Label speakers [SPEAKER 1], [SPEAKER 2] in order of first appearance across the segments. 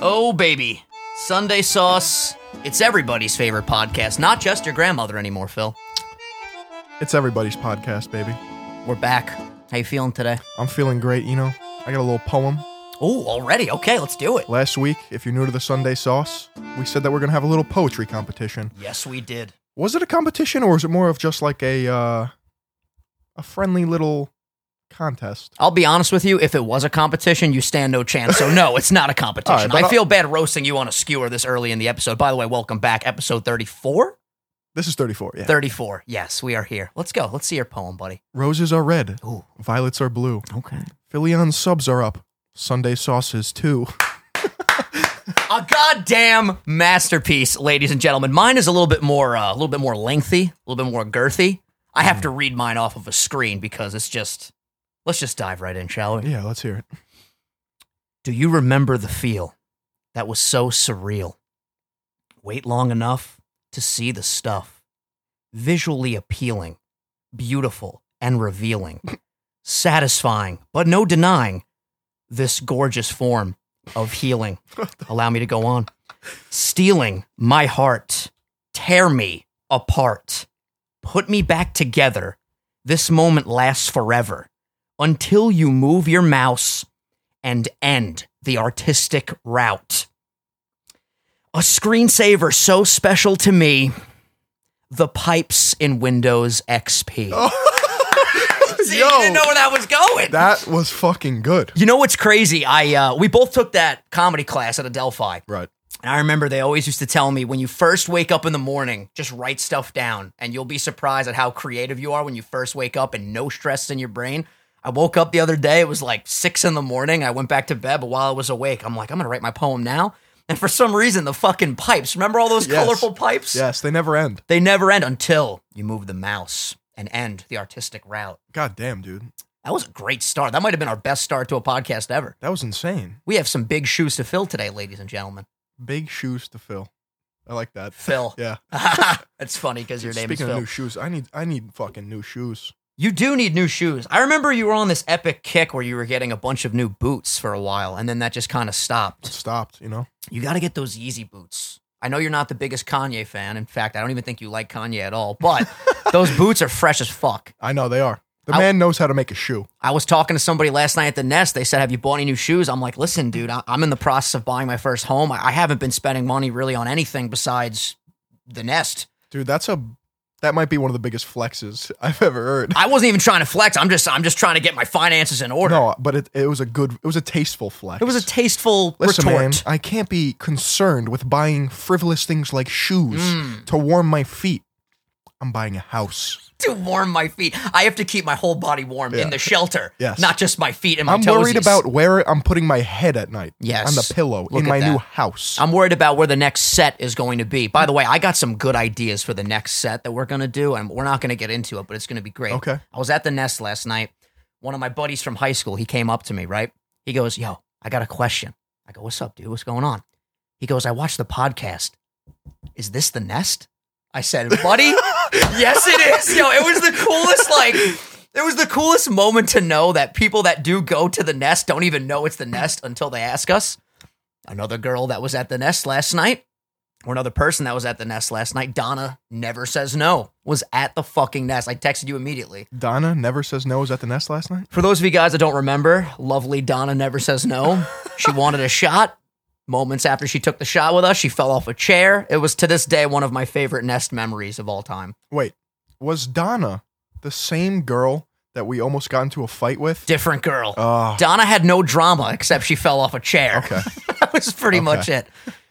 [SPEAKER 1] Oh, baby. Sunday Sauce. It's everybody's favorite podcast, not just your grandmother anymore, Phil.
[SPEAKER 2] It's everybody's podcast, baby.
[SPEAKER 1] We're back. How you feeling today?
[SPEAKER 2] I'm feeling great, you know. I got a little poem.
[SPEAKER 1] Oh, already. Okay, let's do it.
[SPEAKER 2] Last week, if you're new to the Sunday Sauce, we said that we're going to have a little poetry competition.
[SPEAKER 1] Yes, we did.
[SPEAKER 2] Was it a competition or was it more of just like a uh, a friendly little contest?
[SPEAKER 1] I'll be honest with you, if it was a competition, you stand no chance. So no, it's not a
[SPEAKER 2] All
[SPEAKER 1] competition.
[SPEAKER 2] right, but
[SPEAKER 1] I
[SPEAKER 2] I'll-
[SPEAKER 1] feel bad roasting you on a skewer this early in the episode. By the way, welcome back. Episode 34?
[SPEAKER 2] This is 34, yeah.
[SPEAKER 1] 34. Yes, we are here. Let's go. Let's see your poem, buddy.
[SPEAKER 2] Roses are red,
[SPEAKER 1] Ooh.
[SPEAKER 2] violets are blue.
[SPEAKER 1] Okay.
[SPEAKER 2] Filion subs are up. Sunday sauces too.
[SPEAKER 1] a goddamn masterpiece, ladies and gentlemen. Mine is a little bit more, uh, a little bit more lengthy, a little bit more girthy. I have to read mine off of a screen because it's just. Let's just dive right in, shall we?
[SPEAKER 2] Yeah, let's hear it.
[SPEAKER 1] Do you remember the feel that was so surreal? Wait long enough to see the stuff. Visually appealing, beautiful, and revealing. Satisfying, but no denying this gorgeous form of healing. Allow me to go on. Stealing my heart, tear me apart, put me back together. This moment lasts forever until you move your mouse and end the artistic route. A screensaver so special to me, the pipes in Windows XP. See, you didn't know where that was going.
[SPEAKER 2] that was fucking good.
[SPEAKER 1] you know what's crazy? I uh, we both took that comedy class at Adelphi.
[SPEAKER 2] Right.
[SPEAKER 1] And I remember they always used to tell me when you first wake up in the morning, just write stuff down, and you'll be surprised at how creative you are when you first wake up and no stress in your brain. I woke up the other day, it was like six in the morning. I went back to bed, but while I was awake, I'm like, I'm gonna write my poem now. And for some reason, the fucking pipes, remember all those
[SPEAKER 2] Yes.
[SPEAKER 1] colorful pipes?
[SPEAKER 2] Yes, they never end.
[SPEAKER 1] They never end until you move the mouse and end the artistic route.
[SPEAKER 2] God damn, dude.
[SPEAKER 1] That was a great start. That might have been our best start to a podcast ever.
[SPEAKER 2] That was insane.
[SPEAKER 1] We have some big shoes to fill today, ladies and gentlemen.
[SPEAKER 2] Big shoes to fill. I like that.
[SPEAKER 1] Phil.
[SPEAKER 2] Yeah.
[SPEAKER 1] That's funny because your name
[SPEAKER 2] Speaking
[SPEAKER 1] is Phil.
[SPEAKER 2] of new shoes, I need I need fucking new shoes.
[SPEAKER 1] You do need new shoes. I remember you were on this epic kick where you were getting a bunch of new boots for a while, and then that just kind of
[SPEAKER 2] It
[SPEAKER 1] stopped.
[SPEAKER 2] stopped, you know.
[SPEAKER 1] You got to get those Yeezy boots. I know you're not the biggest Kanye fan. In fact, I don't even think you like Kanye at all, but those boots are fresh as fuck.
[SPEAKER 2] I know they are. The
[SPEAKER 1] I-
[SPEAKER 2] man knows how to make a shoe.
[SPEAKER 1] I was talking to somebody last night at the Nest. They said, Have you bought any new shoes? I'm like, Listen, dude, I- I'm in the process of buying my first home. I, I haven't been spending money really on anything besides the Nest.
[SPEAKER 2] Dude, that's a that might be one of the biggest flexes I've ever heard.
[SPEAKER 1] I wasn't even trying to flex. I'm just I'm just trying to get my finances in order.
[SPEAKER 2] No, but it, it was a good it was a tasteful flex.
[SPEAKER 1] It was a tasteful
[SPEAKER 2] Listen,
[SPEAKER 1] retort.
[SPEAKER 2] man, I can't be concerned with buying frivolous things like shoes
[SPEAKER 1] Mm.
[SPEAKER 2] to warm my feet. I'm buying a house.
[SPEAKER 1] to warm my feet. I have to keep my whole body warm in
[SPEAKER 2] Yeah.
[SPEAKER 1] the shelter.
[SPEAKER 2] Yes.
[SPEAKER 1] Not just my feet and my
[SPEAKER 2] I'm worried
[SPEAKER 1] toesies.
[SPEAKER 2] about where I'm putting my head at night.
[SPEAKER 1] Yes.
[SPEAKER 2] On the pillow
[SPEAKER 1] Look
[SPEAKER 2] in
[SPEAKER 1] at
[SPEAKER 2] my
[SPEAKER 1] that.
[SPEAKER 2] new house.
[SPEAKER 1] I'm worried about where the next set is going to be. By the way, I got some good ideas for the next set that we're going to do, and we're not going to get into it, but it's going to be great.
[SPEAKER 2] Okay.
[SPEAKER 1] I was at the Nest last night. One of my buddies from high school, he came up to me, right? He goes, Yo, I got a question. I go, What's up, dude? What's going on? He goes, I watched the podcast. Is this the Nest? I said, Buddy, yes, it is. Yo, it was the coolest, like. It was the coolest moment to know that people that do go to the nest don't even know it's the nest until they ask us another girl that was at the nest last night, or another person that was at the nest last night, Donna never says no, was at the fucking nest. I texted you immediately.
[SPEAKER 2] Donna never says no is at the nest last night.
[SPEAKER 1] For those of you guys that don't remember, lovely Donna never says no. She wanted a shot. Moments after she took the shot with us, she fell off a chair. It was to this day one of my favorite nest memories of all time.
[SPEAKER 2] Wait, was Donna the same girl that we almost got into a fight with?
[SPEAKER 1] Different girl.
[SPEAKER 2] Oh,
[SPEAKER 1] Donna had no drama except she fell off a chair.
[SPEAKER 2] Okay.
[SPEAKER 1] that was pretty much it.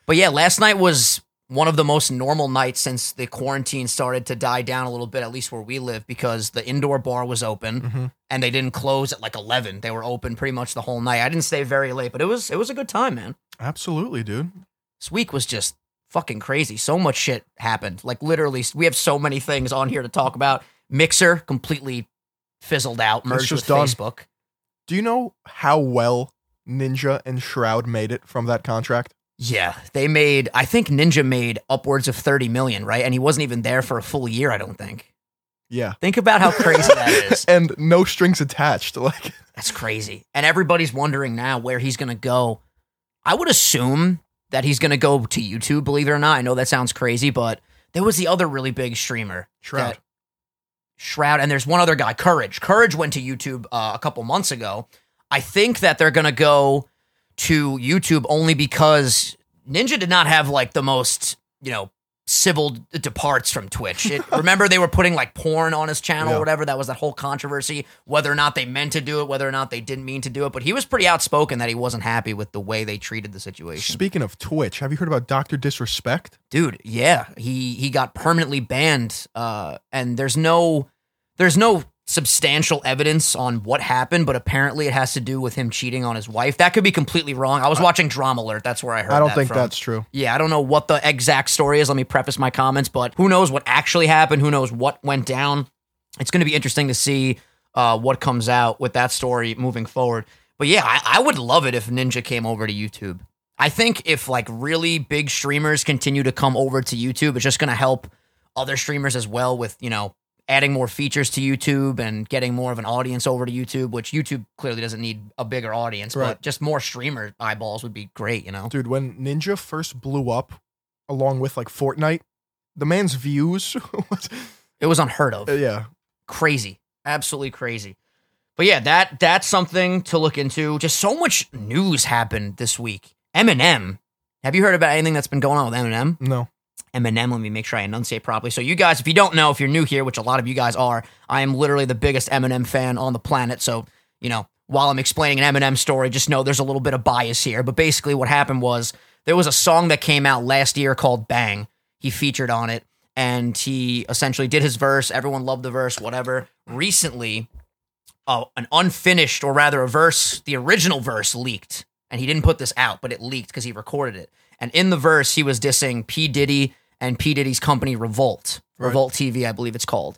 [SPEAKER 1] But yeah, last night was one of the most normal nights since the quarantine started to die down a little bit, at least where we live, because the indoor bar was open
[SPEAKER 2] Mhm.
[SPEAKER 1] and they didn't close at like eleven. They were open pretty much the whole night. I didn't stay very late, but it was it was a good time, man.
[SPEAKER 2] absolutely, dude.
[SPEAKER 1] This week was just fucking crazy. So much shit happened. Like literally, we have so many things on here to talk about. Mixer completely fizzled out, merged with
[SPEAKER 2] just done.
[SPEAKER 1] Facebook.
[SPEAKER 2] Do you know how well Ninja and Shroud made it from that contract?
[SPEAKER 1] Yeah, they made. I think Ninja made upwards of thirty million, right? And he wasn't even there for a full year. I don't think.
[SPEAKER 2] Yeah.
[SPEAKER 1] Think about how crazy that is.
[SPEAKER 2] And no strings attached. Like,
[SPEAKER 1] That's crazy. And everybody's wondering now where he's going to go. I would assume that he's going to go to YouTube, believe it or not. I know that sounds crazy, but there was the other really big streamer,
[SPEAKER 2] Shroud.
[SPEAKER 1] that- Shroud, and there's one other guy, Courage. Courage went to YouTube uh, a couple months ago. I think that they're going to go to YouTube only because Ninja did not have like the most, you know, civil d- departs from Twitch. It, remember they were putting like porn on his channel
[SPEAKER 2] Yeah.
[SPEAKER 1] or whatever. That was that whole controversy, whether or not they meant to do it, whether or not they didn't mean to do it. But he was pretty outspoken that he wasn't happy with the way they treated the situation.
[SPEAKER 2] Speaking of Twitch, have you heard about Doctor Disrespect?
[SPEAKER 1] dude yeah he he got permanently banned uh and there's no there's no substantial evidence on what happened but apparently it has to do with him cheating on his wife that could be completely wrong i was watching drama alert that's where i heard
[SPEAKER 2] I don't
[SPEAKER 1] that
[SPEAKER 2] think
[SPEAKER 1] from.
[SPEAKER 2] that's true.
[SPEAKER 1] yeah i don't know what the exact story is let me preface my comments but who knows what actually happened who knows what went down it's going to be interesting to see uh, what comes out with that story moving forward. But yeah, I, I would love it if Ninja came over to YouTube. I think if like really big streamers continue to come over to YouTube, it's just going to help other streamers as well with, you know, adding more features to YouTube and getting more of an audience over to YouTube, which YouTube clearly doesn't need a bigger audience,
[SPEAKER 2] Right.
[SPEAKER 1] but just more streamer eyeballs would be great, you know?
[SPEAKER 2] Dude, when Ninja first blew up along with like Fortnite, the man's views was
[SPEAKER 1] It was unheard of.
[SPEAKER 2] uh, yeah.
[SPEAKER 1] crazy absolutely crazy but yeah that that's something to look into just so much news happened this week eminem have you heard about anything that's been going on with eminem
[SPEAKER 2] No.
[SPEAKER 1] Eminem. Let me make sure I enunciate properly. So, you guys, if you don't know, if you're new here, which a lot of you guys are, I am literally the biggest Eminem fan on the planet. So, you know, while I'm explaining an Eminem story, just know there's a little bit of bias here. But basically, what happened was there was a song that came out last year called Bang. He featured on it and he essentially did his verse. Everyone loved the verse, whatever. Recently, uh, an unfinished, or rather a verse, the original verse leaked. And he didn't put this out, but it leaked because he recorded it. And in the verse, he was dissing P. Diddy and P. Diddy's company Revolt,
[SPEAKER 2] Right.
[SPEAKER 1] Revolt TV, I believe it's called.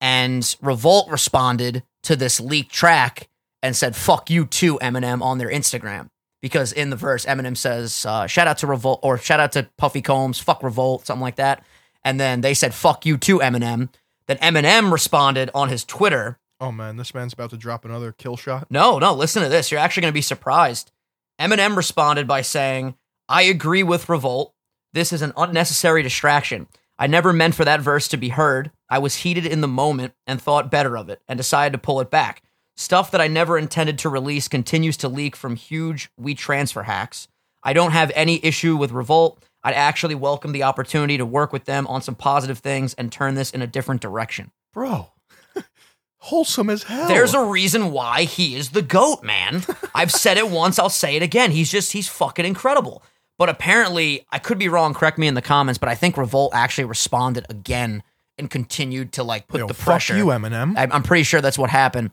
[SPEAKER 1] And Revolt responded to this leaked track and said, fuck you too, Eminem, on their Instagram. Because in the verse, Eminem says, uh, shout out to Revolt or shout out to Puffy Combs, fuck Revolt, something like that. And then they said, fuck you too, Eminem. Then Eminem responded on his Twitter
[SPEAKER 2] Oh man, this man's about to drop another kill shot.
[SPEAKER 1] no, no, listen to this. You're actually going to be surprised. Eminem responded by saying, I agree with Revolt. This is an unnecessary distraction. I never meant for that verse to be heard. I was heated in the moment and thought better of it and decided to pull it back. Stuff that I never intended to release continues to leak from huge We Transfer hacks. I don't have any issue with Revolt. I'd actually welcome the opportunity to work with them on some positive things and turn this in a different direction.
[SPEAKER 2] Bro. Wholesome as hell.
[SPEAKER 1] There's a reason why he is the goat, man. I've said it once, I'll say it again. He's just he's fucking incredible. But apparently, I could be wrong, correct me in the comments, but I think Revolt actually responded again and continued to like put
[SPEAKER 2] Yo,
[SPEAKER 1] the
[SPEAKER 2] fuck
[SPEAKER 1] pressure.
[SPEAKER 2] you, Eminem.
[SPEAKER 1] I'm, I'm pretty sure that's what happened.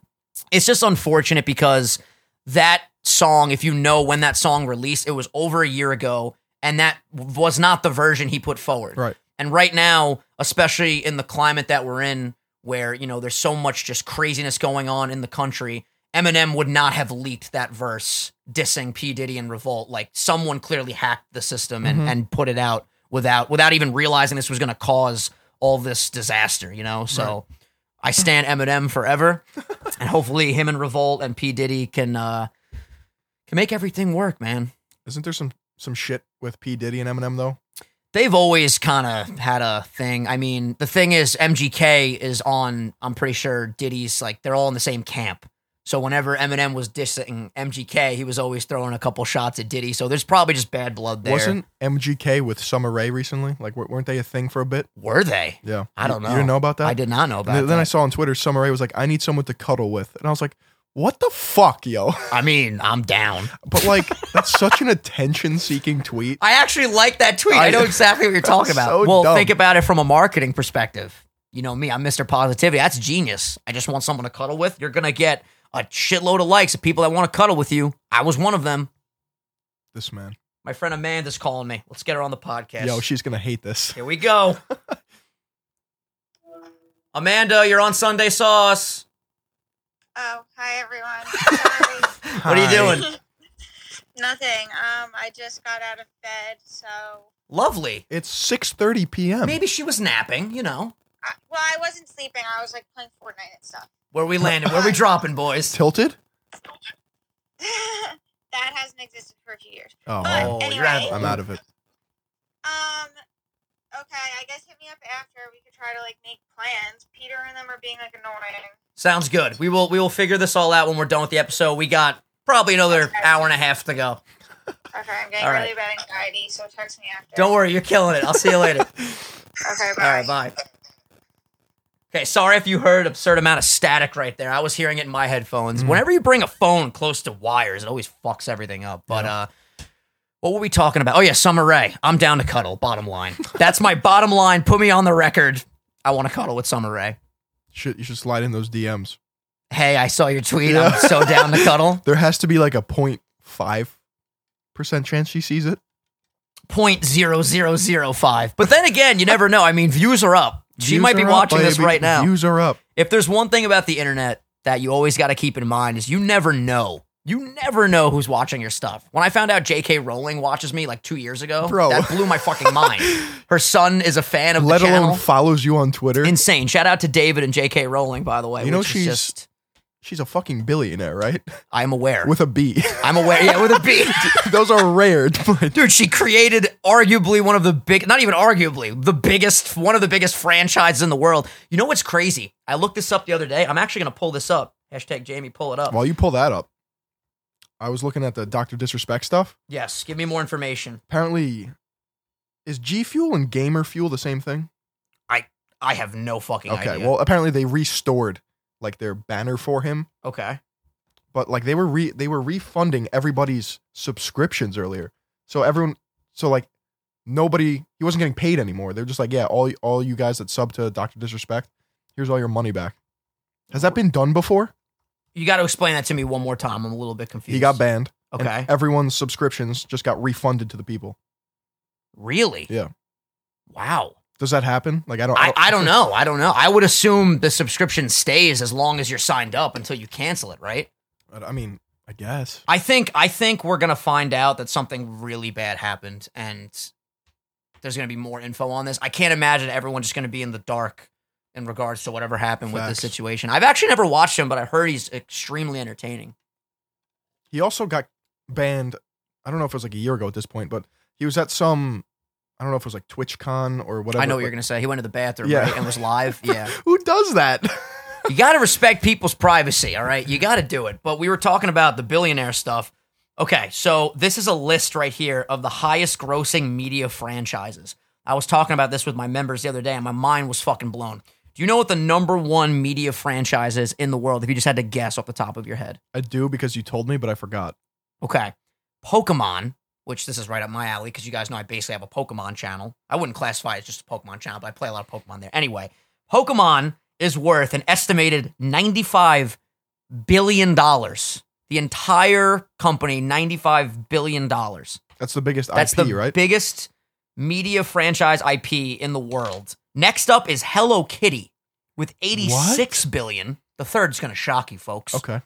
[SPEAKER 1] It's just unfortunate because that song, if you know when that song released, it was over a year ago, and that w- was not the version he put forward.
[SPEAKER 2] Right.
[SPEAKER 1] And right now, especially in the climate that we're in, where you know there's so much just craziness going on in the country, Eminem would not have leaked that verse dissing P Diddy and Revolt. Like someone clearly hacked the system and, and put it out without without even realizing this was going to cause all this disaster. You know, so I stand Eminem forever, and hopefully him and Revolt and P Diddy can uh can make everything work, man.
[SPEAKER 2] Isn't there some some shit with P Diddy and Eminem though?
[SPEAKER 1] they've always kind of had a thing. I mean, the thing is, MGK is on. I'm pretty sure Diddy's like they're all in the same camp. So whenever Eminem was dissing MGK, he was always throwing a couple shots at Diddy. So there's probably just bad blood there.
[SPEAKER 2] Wasn't MGK with Summer Rae recently? Like w- weren't they a thing for a bit?
[SPEAKER 1] Were they?
[SPEAKER 2] Yeah.
[SPEAKER 1] I don't
[SPEAKER 2] You-
[SPEAKER 1] know.
[SPEAKER 2] You didn't know about that?
[SPEAKER 1] I did not know about
[SPEAKER 2] And then, then I
[SPEAKER 1] that.
[SPEAKER 2] saw on Twitter Summer Rae was like, I need someone to cuddle with. And I was like, what the fuck, yo?
[SPEAKER 1] I mean, I'm down.
[SPEAKER 2] But like, that's such an attention seeking tweet.
[SPEAKER 1] I actually like that tweet. I,
[SPEAKER 2] I-
[SPEAKER 1] know exactly what you're talking about.
[SPEAKER 2] so
[SPEAKER 1] well,
[SPEAKER 2] dumb.
[SPEAKER 1] think about it from a marketing perspective. You know me, I'm Mr. Positivity. That's genius. I just want someone to cuddle with. You're going to get a shitload of likes of people that want to cuddle with you. I was one of them.
[SPEAKER 2] This man.
[SPEAKER 1] My friend Amanda's calling me. Let's get her on the podcast.
[SPEAKER 2] Yo, she's gonna hate this.
[SPEAKER 1] Here we go. Amanda, you're on Sunday Sauce.
[SPEAKER 3] Oh, hi everyone. Sorry.
[SPEAKER 1] What are you
[SPEAKER 2] Hi.
[SPEAKER 1] doing?
[SPEAKER 3] Nothing. Um, I just got out of bed, so
[SPEAKER 1] Lovely.
[SPEAKER 2] It's six thirty PM.
[SPEAKER 1] Maybe she was napping, you know.
[SPEAKER 3] I, well, I wasn't sleeping. I was like playing Fortnite and stuff.
[SPEAKER 1] Where we landing, where we dropping, boys.
[SPEAKER 2] Tilted?
[SPEAKER 3] that hasn't existed for a few years.
[SPEAKER 2] Oh,
[SPEAKER 3] But
[SPEAKER 1] Oh,
[SPEAKER 2] man.
[SPEAKER 1] you're out of-
[SPEAKER 3] anyway,
[SPEAKER 2] I'm out of it.
[SPEAKER 3] um, okay, I guess hit me up after. We could try to like make plans. Peter and them are being like annoying.
[SPEAKER 1] Sounds good. We will we will figure this all out when we're done with the episode. We got probably another hour and a half to go.
[SPEAKER 3] Okay, I'm getting
[SPEAKER 1] All right.
[SPEAKER 3] really bad anxiety, so text me after.
[SPEAKER 1] Don't worry, you're killing it. I'll see you later.
[SPEAKER 3] Okay, bye.
[SPEAKER 1] All right, bye. Okay, sorry if you heard absurd amount of static right there. I was hearing it in my headphones.
[SPEAKER 2] Mm.
[SPEAKER 1] Whenever you bring a phone close to wires, it always fucks everything up. But uh what were we talking about? Oh yeah, Summer Rae. I'm down to cuddle, bottom line. That's my bottom line. Put me on the record. I want to cuddle with Summer Rae.
[SPEAKER 2] Should, you should slide in those DMs.
[SPEAKER 1] Hey, I saw your tweet.
[SPEAKER 2] Yeah.
[SPEAKER 1] I'm so down to cuddle.
[SPEAKER 2] There has to be like a 0.5% chance she sees it.
[SPEAKER 1] 0.0005. But then again, you never know. I mean, views are up. She
[SPEAKER 2] Views
[SPEAKER 1] might be
[SPEAKER 2] are up,
[SPEAKER 1] watching this
[SPEAKER 2] baby.
[SPEAKER 1] right now.
[SPEAKER 2] Views are up.
[SPEAKER 1] If there's one thing about the internet that you always got to keep in mind is you never know. You never know who's watching your stuff. When I found out J.K. Rowling watches me like two years ago,
[SPEAKER 2] Bro.
[SPEAKER 1] that blew my fucking mind. Her son is a fan of
[SPEAKER 2] Let
[SPEAKER 1] the
[SPEAKER 2] alone
[SPEAKER 1] channel.
[SPEAKER 2] follows you on Twitter.
[SPEAKER 1] Insane. Shout out to David and J.K. Rowling, by the way.
[SPEAKER 2] You know
[SPEAKER 1] which is
[SPEAKER 2] she's-
[SPEAKER 1] just
[SPEAKER 2] She's a fucking billionaire, right?
[SPEAKER 1] I'm aware.
[SPEAKER 2] With a B.
[SPEAKER 1] I'm aware. Yeah, with a B.
[SPEAKER 2] Those are rare. Like,
[SPEAKER 1] Dude, she created arguably one of the big, not even arguably, the biggest, one of the biggest franchises in the world. You know what's crazy? I looked this up the other day. I'm actually going to pull this up. Hashtag Jamie, pull it up.
[SPEAKER 2] While you pull that up, I was looking at the Doctor Disrespect stuff.
[SPEAKER 1] Yes, give me more information.
[SPEAKER 2] Apparently, is G Fuel and Gamer Fuel the same thing?
[SPEAKER 1] I have no fucking
[SPEAKER 2] Okay.
[SPEAKER 1] idea.
[SPEAKER 2] Well, apparently they restored like their banner for him,
[SPEAKER 1] okay.
[SPEAKER 2] but like they were re- they were refunding everybody's subscriptions earlier. So everyone, so like nobody, he wasn't getting paid anymore. They're just like, yeah, all all you guys that sub to Doctor Disrespect, here's all your money back. Has that been done before?
[SPEAKER 1] You got to explain that to me one more time. I'm a little bit confused.
[SPEAKER 2] He got banned. and
[SPEAKER 1] Okay.
[SPEAKER 2] everyone's subscriptions just got refunded to the people.
[SPEAKER 1] Really?
[SPEAKER 2] Yeah.
[SPEAKER 1] Wow.
[SPEAKER 2] Does that happen? Like I don't.
[SPEAKER 1] I, I don't know. I don't know. I would assume the subscription stays as long as you're signed up until you cancel it, right?
[SPEAKER 2] I mean, I guess.
[SPEAKER 1] I think I think we're gonna find out that something really bad happened, and there's gonna be more info on this. I can't imagine everyone's just gonna be in the dark in regards to whatever happened with this
[SPEAKER 2] Facts.
[SPEAKER 1] situation. I've actually never watched him, but I heard he's extremely entertaining.
[SPEAKER 2] He also got banned. I don't know if it was like a year ago at this point, but he was at some. I don't know if it was like TwitchCon or whatever.
[SPEAKER 1] I know what you're gonna say. He went to the bathroom
[SPEAKER 2] Yeah.
[SPEAKER 1] right, and was live. Yeah,
[SPEAKER 2] Who does that?
[SPEAKER 1] you gotta respect people's privacy. All right, you gotta do it. But we were talking about the billionaire stuff. Okay, so this is a list right here of the highest grossing media franchises. I was talking about this with my members the other day, and my mind was fucking blown. Do you know what the number one media franchise is in the world if you just had to guess off the top of your head?
[SPEAKER 2] I do because you told me, but I forgot.
[SPEAKER 1] Okay. Pokemon, which this is right up my alley because you guys know I basically have a Pokemon channel. I wouldn't classify it as just a Pokemon channel, but I play a lot of Pokemon there. Anyway, Pokemon is worth an estimated $95 billion. The entire company, $95 billion.
[SPEAKER 2] That's the biggest
[SPEAKER 1] That's
[SPEAKER 2] IP,
[SPEAKER 1] the
[SPEAKER 2] right?
[SPEAKER 1] biggest media franchise IP in the world. Next up is Hello Kitty with eighty-six billion. The third's going to shock you, folks.
[SPEAKER 2] okay.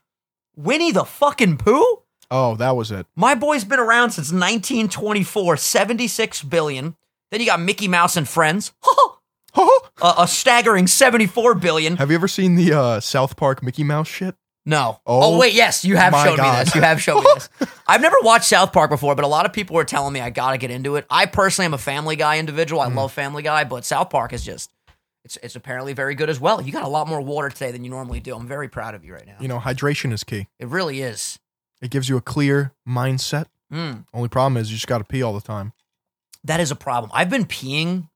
[SPEAKER 1] Winnie the fucking Pooh?
[SPEAKER 2] Oh, that was it.
[SPEAKER 1] My boy's been around since 1924, 76 billion. Then you got Mickey Mouse and Friends, a, a staggering 74 billion.
[SPEAKER 2] Have you ever seen the uh, South Park Mickey Mouse shit?
[SPEAKER 1] No.
[SPEAKER 2] Oh,
[SPEAKER 1] Oh, wait, yes, you have
[SPEAKER 2] my
[SPEAKER 1] shown me
[SPEAKER 2] God.
[SPEAKER 1] this. You have shown me this. I've never watched South Park before, but a lot of people were telling me I gotta get into it. I personally am a Family Guy individual. I
[SPEAKER 2] Mm.
[SPEAKER 1] love Family Guy, but South Park is just. It's, it's apparently very good as well. You got a lot more water today than you normally do. I'm very proud of you right now.
[SPEAKER 2] You know, hydration is key.
[SPEAKER 1] It really is.
[SPEAKER 2] It gives you a clear mindset.
[SPEAKER 1] Mm.
[SPEAKER 2] Only problem is you just got to pee all the time.
[SPEAKER 1] that is a problem. I've been peeing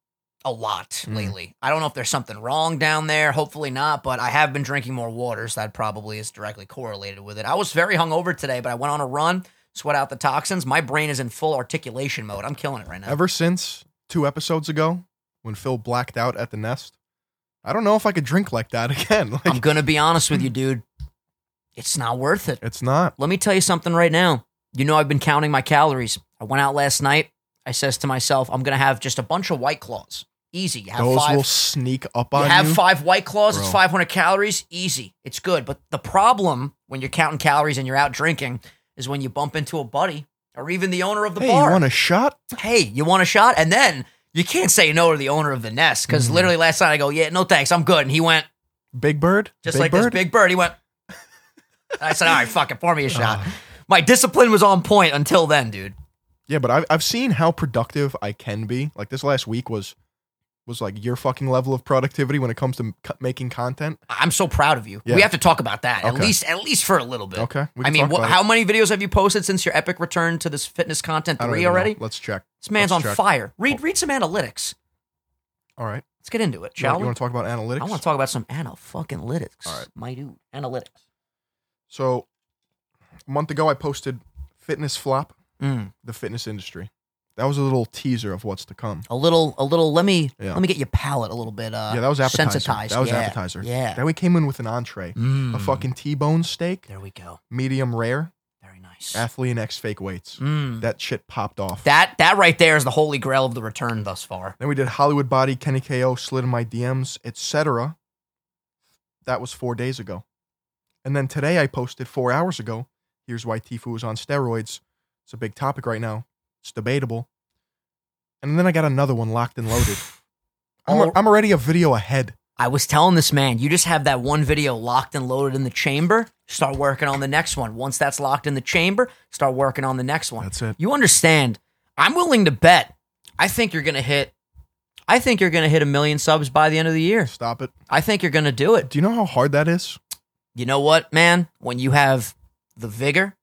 [SPEAKER 1] a lot
[SPEAKER 2] Mm.
[SPEAKER 1] lately. I don't know if there's something wrong down there. Hopefully not, but I have been drinking more water, so that probably is directly correlated with it. I was very hungover today, but I went on a run, sweat out the toxins. My brain is in full articulation mode. I'm killing it right now.
[SPEAKER 2] Ever since two episodes ago, when Phil blacked out at the nest, I don't know if I could drink like that again. Like,
[SPEAKER 1] I'm gonna be honest with you,
[SPEAKER 2] Hmm.
[SPEAKER 1] dude. It's not worth it.
[SPEAKER 2] it's not.
[SPEAKER 1] Let me tell you something right now. You know I've been counting my calories. I went out last night. I says to myself, I'm gonna have just a bunch of white claws. Easy. You have
[SPEAKER 2] Those
[SPEAKER 1] five
[SPEAKER 2] will sneak up
[SPEAKER 1] You
[SPEAKER 2] on
[SPEAKER 1] have
[SPEAKER 2] you.
[SPEAKER 1] five white claws, it's
[SPEAKER 2] Bro.
[SPEAKER 1] 500 calories, easy. It's good. But the problem when you're counting calories and you're out drinking is when you bump into a buddy or even the owner of the
[SPEAKER 2] hey,
[SPEAKER 1] bar.
[SPEAKER 2] you want a shot?
[SPEAKER 1] hey, you want a shot? And then you can't say no to the owner of the nest because
[SPEAKER 2] Mhm.
[SPEAKER 1] literally last night I go, yeah, no thanks, I'm good. And he went,
[SPEAKER 2] Big Bird?
[SPEAKER 1] just
[SPEAKER 2] Big
[SPEAKER 1] like
[SPEAKER 2] Bird?
[SPEAKER 1] this big bird, he went, and I said, all right, fuck it, pour me a shot.
[SPEAKER 2] Ah,
[SPEAKER 1] My discipline was on point until then, dude.
[SPEAKER 2] Yeah, but I've I've seen how productive I can be. Like this last week was was like your fucking level of productivity when it comes to co- making content.
[SPEAKER 1] I- I'm so proud of you.
[SPEAKER 2] Yeah.
[SPEAKER 1] We have to talk about that at
[SPEAKER 2] Okay.
[SPEAKER 1] least, at least for a little bit.
[SPEAKER 2] Okay, we
[SPEAKER 1] I
[SPEAKER 2] can
[SPEAKER 1] mean,
[SPEAKER 2] talk
[SPEAKER 1] what,
[SPEAKER 2] about it.
[SPEAKER 1] how many videos have you posted since your epic return to this fitness content
[SPEAKER 2] I don't
[SPEAKER 1] three
[SPEAKER 2] even know.
[SPEAKER 1] already?
[SPEAKER 2] Let's check.
[SPEAKER 1] This man's
[SPEAKER 2] Let's
[SPEAKER 1] on
[SPEAKER 2] check. Oh.
[SPEAKER 1] fire. Read, read some analytics.
[SPEAKER 2] All right,
[SPEAKER 1] Let's get into it,
[SPEAKER 2] you,
[SPEAKER 1] shall we?
[SPEAKER 2] want to talk about analytics?
[SPEAKER 1] I want to talk about some ana fucking lytics.
[SPEAKER 2] All right.
[SPEAKER 1] My dude, analytics.
[SPEAKER 2] So, a month ago, I posted fitness flop,
[SPEAKER 1] Mm.
[SPEAKER 2] the fitness industry. That was a little teaser of what's to come.
[SPEAKER 1] A little, a little. Let me,
[SPEAKER 2] Yeah.
[SPEAKER 1] let me get your palate a little bit. Uh,
[SPEAKER 2] yeah, that was appetizer.
[SPEAKER 1] sensitized.
[SPEAKER 2] That was
[SPEAKER 1] yeah.
[SPEAKER 2] appetizer.
[SPEAKER 1] Yeah.
[SPEAKER 2] Then we came in with an entree,
[SPEAKER 1] Mm.
[SPEAKER 2] a fucking T-bone steak,
[SPEAKER 1] There we go.
[SPEAKER 2] medium rare,
[SPEAKER 1] Very nice.
[SPEAKER 2] athlete X fake weights.
[SPEAKER 1] Mm.
[SPEAKER 2] That shit popped off.
[SPEAKER 1] That that right there is the holy grail of the return thus far.
[SPEAKER 2] then we did Hollywood Body, Kenny KO, Slid in My DMs, etc. That was four days ago. And then today I posted four hours ago. Here's why Tfue is on steroids. It's a big topic right now. It's debatable. And then I got another one locked and loaded. I'm,
[SPEAKER 1] All-
[SPEAKER 2] I'm already a video ahead.
[SPEAKER 1] I was telling this man, you just have that one video locked and loaded in the chamber. Start working on the next one. Once that's locked in the chamber, start working on the next one.
[SPEAKER 2] That's it.
[SPEAKER 1] You understand? I'm willing to bet. I think you're gonna hit. I think you're gonna hit a million subs by the end of the year.
[SPEAKER 2] Stop it.
[SPEAKER 1] I think you're gonna do it.
[SPEAKER 2] Do you know how hard that is?
[SPEAKER 1] you know what, man? When you have the vigor,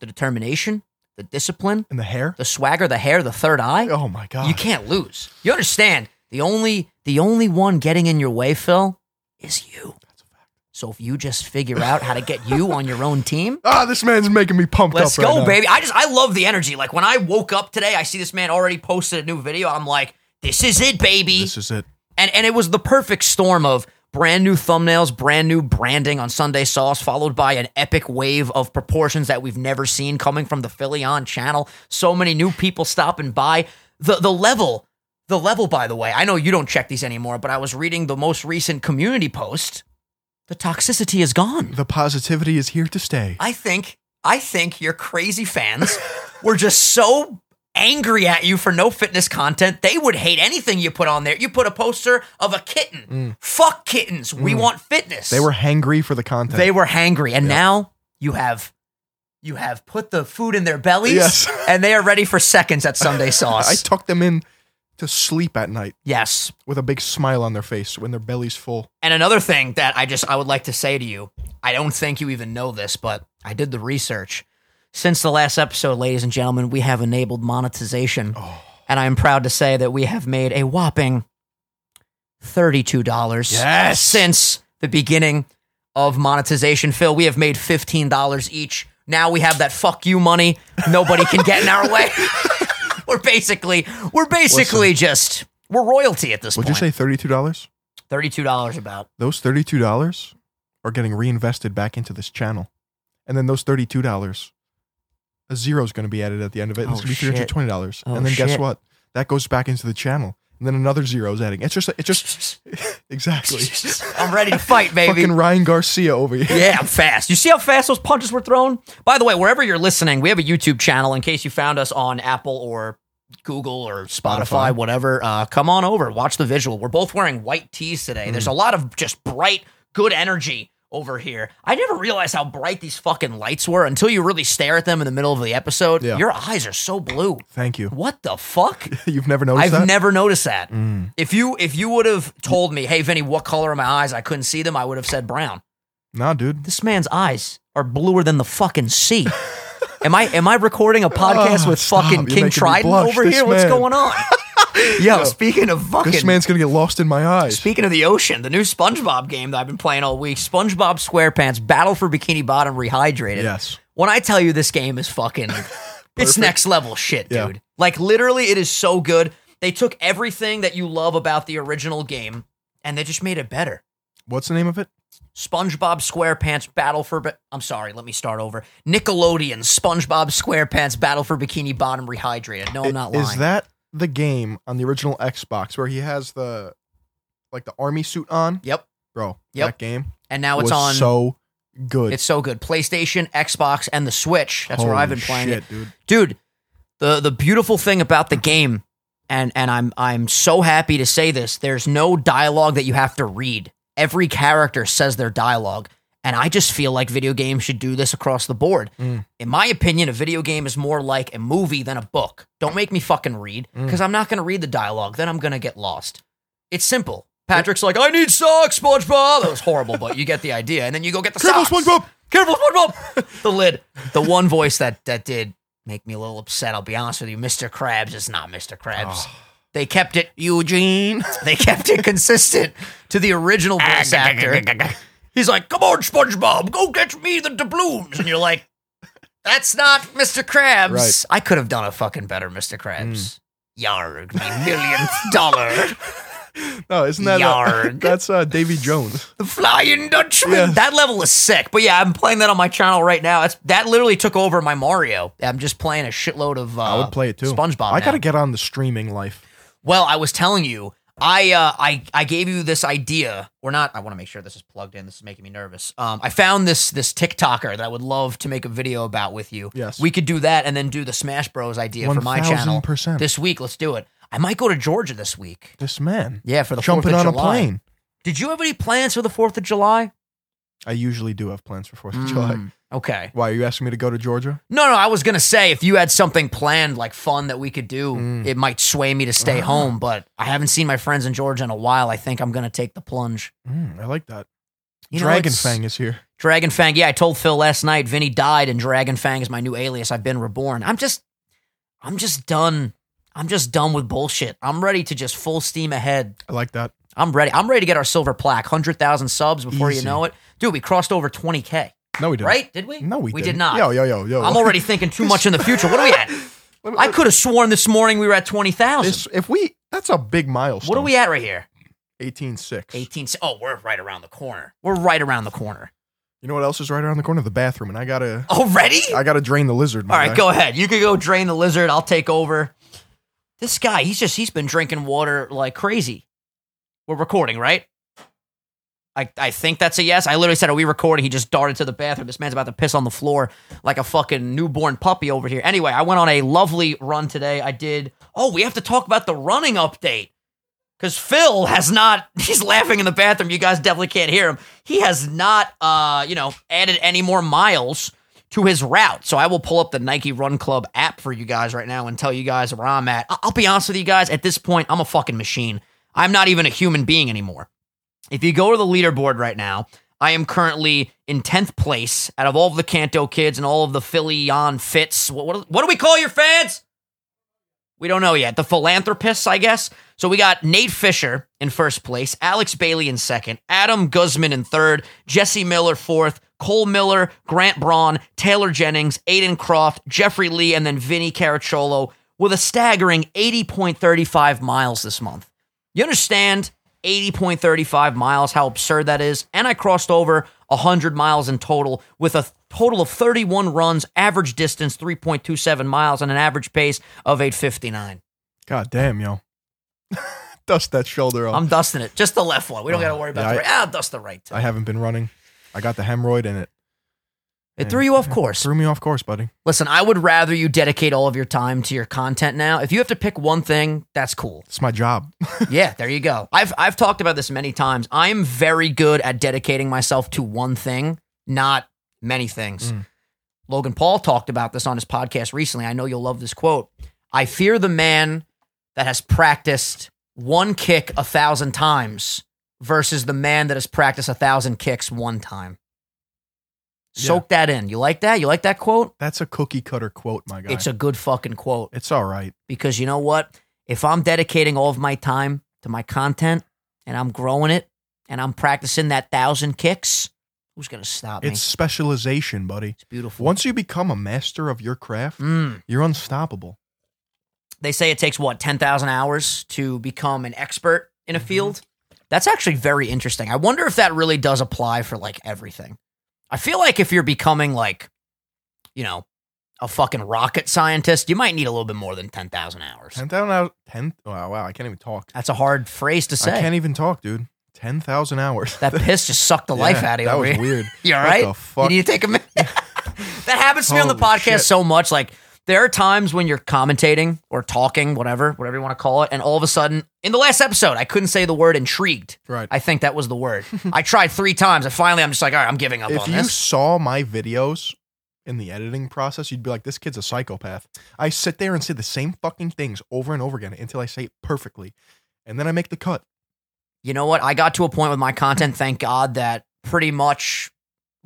[SPEAKER 1] the determination, the discipline,
[SPEAKER 2] And the hair?
[SPEAKER 1] the swagger, the hair, the third eye,
[SPEAKER 2] Oh my God.
[SPEAKER 1] you can't lose. You understand? The only the only one getting in your way, Phil, is you.
[SPEAKER 2] That's a fact.
[SPEAKER 1] So if you just figure out how to get you on your own team,
[SPEAKER 2] Ah, this man's making me pumped
[SPEAKER 1] let's
[SPEAKER 2] up. right
[SPEAKER 1] go,
[SPEAKER 2] now.
[SPEAKER 1] baby. I just I love the energy. Like when I woke up today, I see this man already posted a new video. I'm like, this is it, baby
[SPEAKER 2] This is it.
[SPEAKER 1] and and it was the perfect storm of brand new thumbnails, brand new branding on Sunday Sauce, followed by an epic wave of proportions that we've never seen coming from the Philly on channel. So many new people stopping by. The the level, the level. By the way, I know you don't check these anymore, but I was reading the most recent community post. The toxicity is gone.
[SPEAKER 2] The positivity is here to stay.
[SPEAKER 1] I think I think your crazy fans were just so angry at you for no fitness content. They would hate anything you put on there. You put a poster of a kitten. Fuck kittens. We want fitness.
[SPEAKER 2] Mm. They were hangry for the content.
[SPEAKER 1] they were hangry and now you have you have put the food in their bellies
[SPEAKER 2] Yes.
[SPEAKER 1] and they are ready for seconds at Sunday
[SPEAKER 2] I
[SPEAKER 1] sauce.
[SPEAKER 2] tuck them in to sleep at night
[SPEAKER 1] yes.
[SPEAKER 2] with a big smile on their face when their belly's full.
[SPEAKER 1] And another thing that I just I would like to say to you, I don't think you even know this, but I did the research. Since the last episode, ladies and gentlemen, we have enabled monetization.
[SPEAKER 2] Oh.
[SPEAKER 1] And I am proud to say that we have made a whopping $32
[SPEAKER 2] Yes.
[SPEAKER 1] since the beginning of monetization. Phil, we have made $15 each. Now we have that fuck you money. Nobody can get in our way. we're basically we're basically just we're royalty at this
[SPEAKER 2] Would you
[SPEAKER 1] point.
[SPEAKER 2] say thirty-two dollars?
[SPEAKER 1] $32 about.
[SPEAKER 2] Those thirty-two dollars are getting reinvested back into this channel, and then those thirty-two dollars, a zero is going to be added at the end of it. and it's
[SPEAKER 1] Oh,
[SPEAKER 2] going to be three
[SPEAKER 1] shit.
[SPEAKER 2] hundred twenty dollars,
[SPEAKER 1] Oh,
[SPEAKER 2] and then guess
[SPEAKER 1] shit.
[SPEAKER 2] what? That goes back into the channel, and then another zero is adding. It's just, it's just exactly
[SPEAKER 1] I'm ready to fight, baby.
[SPEAKER 2] fucking Ryan Garcia over here.
[SPEAKER 1] yeah, I'm fast. You see how fast those punches were thrown? By the way, wherever you're listening, we have a YouTube channel in case you found us on Apple or Google or Spotify,
[SPEAKER 2] Spotify.
[SPEAKER 1] whatever. Uh, come on over, watch the visual. We're both wearing white tees today.
[SPEAKER 2] Hmm.
[SPEAKER 1] There's a lot of just bright, good energy over here. I never realized how bright these fucking lights were until you really stare at them in the middle of the episode.
[SPEAKER 2] Yeah.
[SPEAKER 1] Your eyes are so blue.
[SPEAKER 2] Thank you.
[SPEAKER 1] What the fuck?
[SPEAKER 2] You've never noticed
[SPEAKER 1] I've
[SPEAKER 2] that. Mm.
[SPEAKER 1] never noticed that. If you if you would have told me, hey Vinny, what color are my eyes? I couldn't see them. I would have said brown.
[SPEAKER 2] nah, dude.
[SPEAKER 1] This man's eyes are bluer than the fucking sea. am I am I recording a podcast
[SPEAKER 2] Oh,
[SPEAKER 1] with
[SPEAKER 2] stop.
[SPEAKER 1] fucking
[SPEAKER 2] You're
[SPEAKER 1] King
[SPEAKER 2] making me
[SPEAKER 1] Triton
[SPEAKER 2] blush,
[SPEAKER 1] over
[SPEAKER 2] this
[SPEAKER 1] here? What's
[SPEAKER 2] man.
[SPEAKER 1] going on? Yo, speaking of
[SPEAKER 2] This
[SPEAKER 1] fucking
[SPEAKER 2] man's going to get lost in my eyes.
[SPEAKER 1] Speaking of the ocean, the new SpongeBob game that I've been playing all week, SpongeBob SquarePants Battle for Bikini Bottom Rehydrated.
[SPEAKER 2] Yes.
[SPEAKER 1] When I tell you this game is fucking it's next level shit,
[SPEAKER 2] Yeah.
[SPEAKER 1] dude. Like literally it is so good. They took everything that you love about the original game and they just made it better.
[SPEAKER 2] What's the name of it?
[SPEAKER 1] SpongeBob SquarePants Battle for Bi- I'm sorry, let me start over. Nickelodeon SpongeBob SquarePants Battle for Bikini Bottom Rehydrated. No, I'm not lying.
[SPEAKER 2] Is that the game on the original Xbox where he has the like the army suit on?
[SPEAKER 1] Yep.
[SPEAKER 2] Bro,
[SPEAKER 1] Yep.
[SPEAKER 2] that game
[SPEAKER 1] And now it's
[SPEAKER 2] was
[SPEAKER 1] on
[SPEAKER 2] so good.
[SPEAKER 1] it's so good. PlayStation, Xbox, and the Switch. That's where I've been playing it.
[SPEAKER 2] dude.
[SPEAKER 1] dude the the beautiful thing about the game and and i'm i'm so happy to say this there's no dialogue that you have to read every character says their dialogue And I just feel like video games should do this across the board.
[SPEAKER 2] Mm.
[SPEAKER 1] In my opinion, a video game is more like a movie than a book. Don't make me fucking read
[SPEAKER 2] Mm.
[SPEAKER 1] because I'm not going to read the dialogue. Then I'm going to get lost. It's simple. Patrick's like, I need socks, SpongeBob. That was horrible, but you get the idea. And then you go get the
[SPEAKER 2] Careful,
[SPEAKER 1] socks.
[SPEAKER 2] SpongeBob.
[SPEAKER 1] Careful, SpongeBob. the lid. The one voice that that did make me a little upset. I'll be honest with you, Mr. Krabs is not Mr. Krabs.
[SPEAKER 2] Oh.
[SPEAKER 1] They kept it, Eugene. They kept it consistent to the original voice actor. He's like, "Come on, SpongeBob, go get me the doubloons," and you're like, "That's not Mr. Krabs."
[SPEAKER 2] Right. Hmm.
[SPEAKER 1] I could have done a fucking better, Mr. Krabs. Yarg, my millionth dollar.
[SPEAKER 2] No, isn't that uh,
[SPEAKER 1] Yarg.
[SPEAKER 2] that's uh, Davy Jones?
[SPEAKER 1] The Flying Dutchman.
[SPEAKER 2] Yes.
[SPEAKER 1] That level is sick. But yeah, I'm playing that on my channel right now. It's, that literally took over my Mario. I'm just playing a shitload of uh,
[SPEAKER 2] I would play it too.
[SPEAKER 1] SpongeBob.
[SPEAKER 2] I
[SPEAKER 1] now.
[SPEAKER 2] gotta get on the streaming life.
[SPEAKER 1] Well, I was telling you, I uh, I I gave you this idea, or not? I want to make sure this is plugged in. This is making me nervous. Um, I found this this TikToker that I would love to make a video about with you.
[SPEAKER 2] Yes.
[SPEAKER 1] we could do that, and then do the Smash Bros idea for my channel
[SPEAKER 2] 1000%.
[SPEAKER 1] this week. Let's do it. I might go to Georgia this week.
[SPEAKER 2] This man
[SPEAKER 1] Yeah, for the
[SPEAKER 2] jumping
[SPEAKER 1] 4th
[SPEAKER 2] on
[SPEAKER 1] of
[SPEAKER 2] a
[SPEAKER 1] July.
[SPEAKER 2] plane.
[SPEAKER 1] Did you have any plans for the Fourth of July?
[SPEAKER 2] I usually do have plans for Fourth of July.
[SPEAKER 1] Mm, okay.
[SPEAKER 2] Why are you asking me to go to Georgia?
[SPEAKER 1] No, no, I was gonna say if you had something planned like fun that we could do,
[SPEAKER 2] Mm.
[SPEAKER 1] it might sway me to stay
[SPEAKER 2] Ah.
[SPEAKER 1] home. But I haven't seen my friends in Georgia in a while. I think I'm gonna take the plunge.
[SPEAKER 2] Mm, I like that.
[SPEAKER 1] You know,
[SPEAKER 2] Dragon
[SPEAKER 1] it's-
[SPEAKER 2] Fang is here.
[SPEAKER 1] Dragon Fang. Yeah, I told Phil last night. Vinny died, and Dragon Fang is my new alias. I've been reborn. I'm just, I'm just done. I'm just done with bullshit. I'm ready to just full steam ahead.
[SPEAKER 2] I like that.
[SPEAKER 1] I'm ready. I'm ready to get our silver plaque. Hundred thousand subs before you
[SPEAKER 2] Easy.
[SPEAKER 1] know it, dude. We crossed over twenty k.
[SPEAKER 2] No, we didn't.
[SPEAKER 1] Right? Did we?
[SPEAKER 2] No, we,
[SPEAKER 1] we
[SPEAKER 2] didn't.
[SPEAKER 1] did not.
[SPEAKER 2] Yo, yo, yo, yo.
[SPEAKER 1] I'm already thinking too much in the future. What are we at?
[SPEAKER 2] Let me-
[SPEAKER 1] I could have sworn this morning we were at twenty thousand.
[SPEAKER 2] This, if we, that's a big milestone.
[SPEAKER 1] What are we at right here?
[SPEAKER 2] 18.6.
[SPEAKER 1] 18. se- Oh, we're right around the corner. We're right around the corner
[SPEAKER 2] You know what else is right around the corner? The bathroom, and I gotta,
[SPEAKER 1] already.
[SPEAKER 2] I gotta drain the lizard. my
[SPEAKER 1] Oh, All right,
[SPEAKER 2] guy.
[SPEAKER 1] go ahead. You can go drain the lizard. I'll take over. This guy, he's just he's been drinking water like crazy. We're recording, right? I, I think that's a yes. I literally said, "Are we recording?" He just darted to the bathroom. This man's about to piss on the floor like a fucking newborn puppy over here. Anyway, I went on a lovely run today. I did. Oh, we have to talk about the running update because Phil has not. He's laughing in the bathroom. You guys definitely can't hear him. He has not, uh, you know, added any more miles to his route. So I will pull up the Nike Run Club app for you guys right now and tell you guys where I'm at. I- I'll be honest with you guys. At this point, I'm a fucking machine. I'm not even a human being anymore. If you go to the leaderboard right now, I am currently in 10th place out of all of the Canto kids and all of the Philly on fits. What, what, what do we call your fans? We don't know yet. The philanthropists, I guess. So we got Nate Fisher in first place, Alex Bailey in second, Adam Guzman in third, Jesse Miller fourth, Cole Miller, Grant Braun, Taylor Jennings, Aiden Croft, Jeffrey Lee, and then Vinny Caracciolo with a staggering 80.35 miles this month. You understand 80.35 miles, how absurd that is. And I crossed over 100 miles in total with a total of 31 runs, average distance 3.27 miles, and an average pace of 859.
[SPEAKER 2] God damn, yo. Dust that shoulder off.
[SPEAKER 1] I'm dusting it. Just the left one. We don't
[SPEAKER 2] Oh,
[SPEAKER 1] got to worry about
[SPEAKER 2] yeah,
[SPEAKER 1] the
[SPEAKER 2] I-
[SPEAKER 1] right. I'll dust the right. too.
[SPEAKER 2] I haven't been running. I got the hemorrhoid and it
[SPEAKER 1] it threw you off course.
[SPEAKER 2] threw me off course, buddy.
[SPEAKER 1] Listen, I would rather you dedicate all of your time to your content now. If you have to pick one thing, that's cool.
[SPEAKER 2] It's my job.
[SPEAKER 1] yeah, there you go. I've I've talked about this many times. I am very good at dedicating myself to one thing, not many things.
[SPEAKER 2] Mm.
[SPEAKER 1] Logan Paul talked about this on his podcast recently. I know you'll love this quote. I fear the man that has practiced one kick a thousand times versus the man that has practiced a thousand kicks one time. Soak that in. You like that? You like that quote?
[SPEAKER 2] That's a cookie cutter quote, my guy.
[SPEAKER 1] It's a good fucking quote
[SPEAKER 2] it's all right.
[SPEAKER 1] because you know what? If I'm dedicating all of my time to my content and I'm growing it and I'm practicing that thousand kicks, who's gonna stop me?
[SPEAKER 2] It's specialization, buddy.
[SPEAKER 1] It's beautiful.
[SPEAKER 2] Once you become a master of your craft,
[SPEAKER 1] Mm.
[SPEAKER 2] you're unstoppable.
[SPEAKER 1] They say it takes what ten thousand hours to become an expert in
[SPEAKER 2] Mm-hmm.
[SPEAKER 1] a field. That's actually very interesting. I wonder if that really does apply for like everything. I feel like if you're becoming like, you know, a fucking rocket scientist, you might need a little bit more than ten thousand hours.
[SPEAKER 2] 10,000 hours. 10, wow, wow, I can't even talk.
[SPEAKER 1] That's a hard phrase to
[SPEAKER 2] I
[SPEAKER 1] say.
[SPEAKER 2] can't even talk, dude. 10,000 hours.
[SPEAKER 1] That piss just sucked the life
[SPEAKER 2] Yeah,
[SPEAKER 1] out of you.
[SPEAKER 2] That
[SPEAKER 1] over
[SPEAKER 2] was
[SPEAKER 1] here.
[SPEAKER 2] weird.
[SPEAKER 1] You all
[SPEAKER 2] What
[SPEAKER 1] right?
[SPEAKER 2] the fuck?
[SPEAKER 1] You need to take a minute. that happens to me on the
[SPEAKER 2] Holy
[SPEAKER 1] podcast
[SPEAKER 2] shit.
[SPEAKER 1] so much. Like There are times when you're commentating or talking, whatever, whatever you want to call it, and all of a sudden, in the last episode, I couldn't say the word intrigued.
[SPEAKER 2] Right.
[SPEAKER 1] I think that was the word. I tried three times, and finally, I'm just like, all right, I'm giving up
[SPEAKER 2] if
[SPEAKER 1] on
[SPEAKER 2] you
[SPEAKER 1] this.
[SPEAKER 2] saw my videos in the editing process, you'd be like, this kid's a psychopath. I sit there and say the same fucking things over and over again until I say it perfectly. And then I make the cut.
[SPEAKER 1] you know what? I got to a point with my content, thank God, that pretty much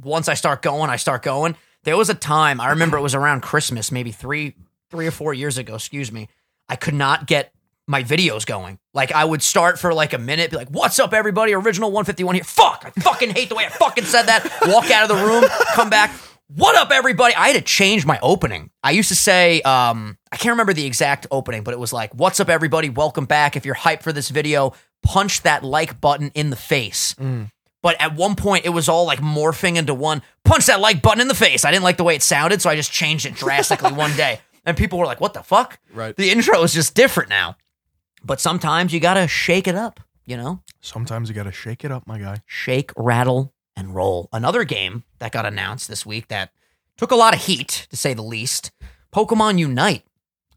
[SPEAKER 1] once I start going, I start going. There was a time, I remember it was around Christmas, maybe three three or four years ago, excuse me. I could not get my videos going. Like I would start for like a minute, be like, what's up everybody? Original 151 here. Fuck. I fucking hate the way I fucking said that. Walk out of the room, come back. What up everybody? I had to change my opening. I used to say, um, I can't remember the exact opening, but it was like, what's up everybody? Welcome back. If you're hyped for this video, punch that like button in the face. But at one point, it was all like morphing into one punch that like button in the face. I didn't like the way it sounded, so I just changed it drastically one day. And people were like, what the fuck?
[SPEAKER 2] Right.
[SPEAKER 1] The intro is just different now. But sometimes you gotta shake it up, you know?
[SPEAKER 2] Sometimes you got to shake it up, my guy.
[SPEAKER 1] Shake, rattle, and roll. Another game that got announced this week that took a lot of heat, to say the least Pokemon Unite,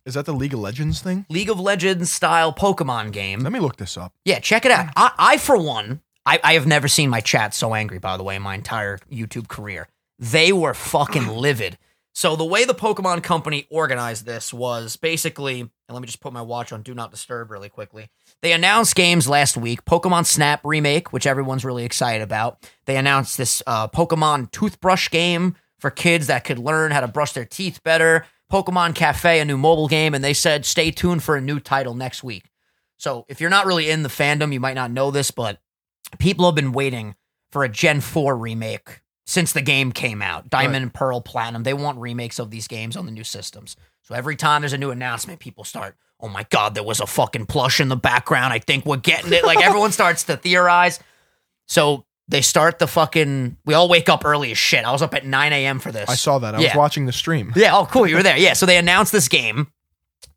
[SPEAKER 2] Is that the League of Legends thing?
[SPEAKER 1] League of Legends style Pokemon game.
[SPEAKER 2] Let me look this up.
[SPEAKER 1] Yeah, check it out. I, I for one, I, I have never seen my chat so angry, by the way, in my entire YouTube career. They were fucking livid. So the way the Pokemon Company organized this was basically, and let me just put my watch on Do Not Disturb really quickly. They announced games last week Pokemon Snap Remake, which everyone's really excited about. They announced this uh, Pokemon Toothbrush game for kids that could learn how to brush their teeth better, Pokemon Cafe, a new mobile game, and they said stay tuned for a new title next week. So if you're not really in the fandom, you might not know this, but people have been waiting for a Gen 4 remake since the game came out. Diamond, and Pearl, Platinum. They want remakes of these games on the new systems. So every time there's a new announcement, people start, oh my God, there was a fucking plush in the background. I think we're getting it. Like everyone starts to theorize. So they start the fucking, we all wake up early as shit. I was up at 9 a.m. for this.
[SPEAKER 2] I saw that. I was
[SPEAKER 1] Yeah.
[SPEAKER 2] watching the stream.
[SPEAKER 1] Yeah. Oh, cool. You were there. Yeah. So they announced this game,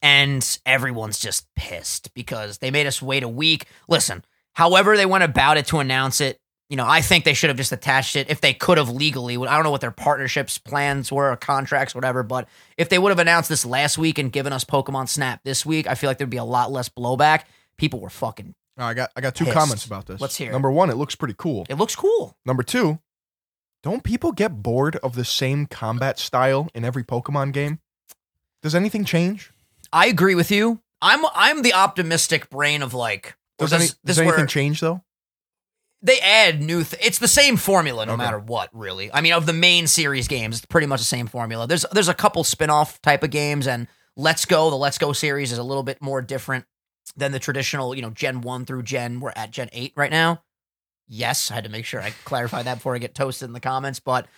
[SPEAKER 1] and everyone's just pissed because they made us wait a week. Listen, however they went about it to announce it, you know, I think they should have just attached it if they could have legally. I don't know what their partnerships plans were or contracts, whatever. But if they would have announced this last week and given us Pokemon Snap this week, I feel like there'd be a lot less blowback. People were fucking.
[SPEAKER 2] All right, I got I got two
[SPEAKER 1] Pissed.
[SPEAKER 2] comments about this.
[SPEAKER 1] Let's hear it.
[SPEAKER 2] Number one, it looks pretty cool.
[SPEAKER 1] It looks cool.
[SPEAKER 2] Number two, don't people get bored of the same combat style in every Pokemon game? Does anything change?
[SPEAKER 1] I agree with you. I'm I'm the optimistic brain of like. or
[SPEAKER 2] Does, any,
[SPEAKER 1] this-
[SPEAKER 2] does
[SPEAKER 1] this
[SPEAKER 2] anything
[SPEAKER 1] where-
[SPEAKER 2] change though?
[SPEAKER 1] they add new th- it's the same formula no
[SPEAKER 2] Okay.
[SPEAKER 1] matter what really i mean of the main series games it's pretty much the same formula there's there's a couple spin-off type of games and let's go the let's go series is a little bit more different than the traditional you know gen 1 through gen we're at gen 8 right now yes i had to make sure i clarified that before i get toasted in the comments but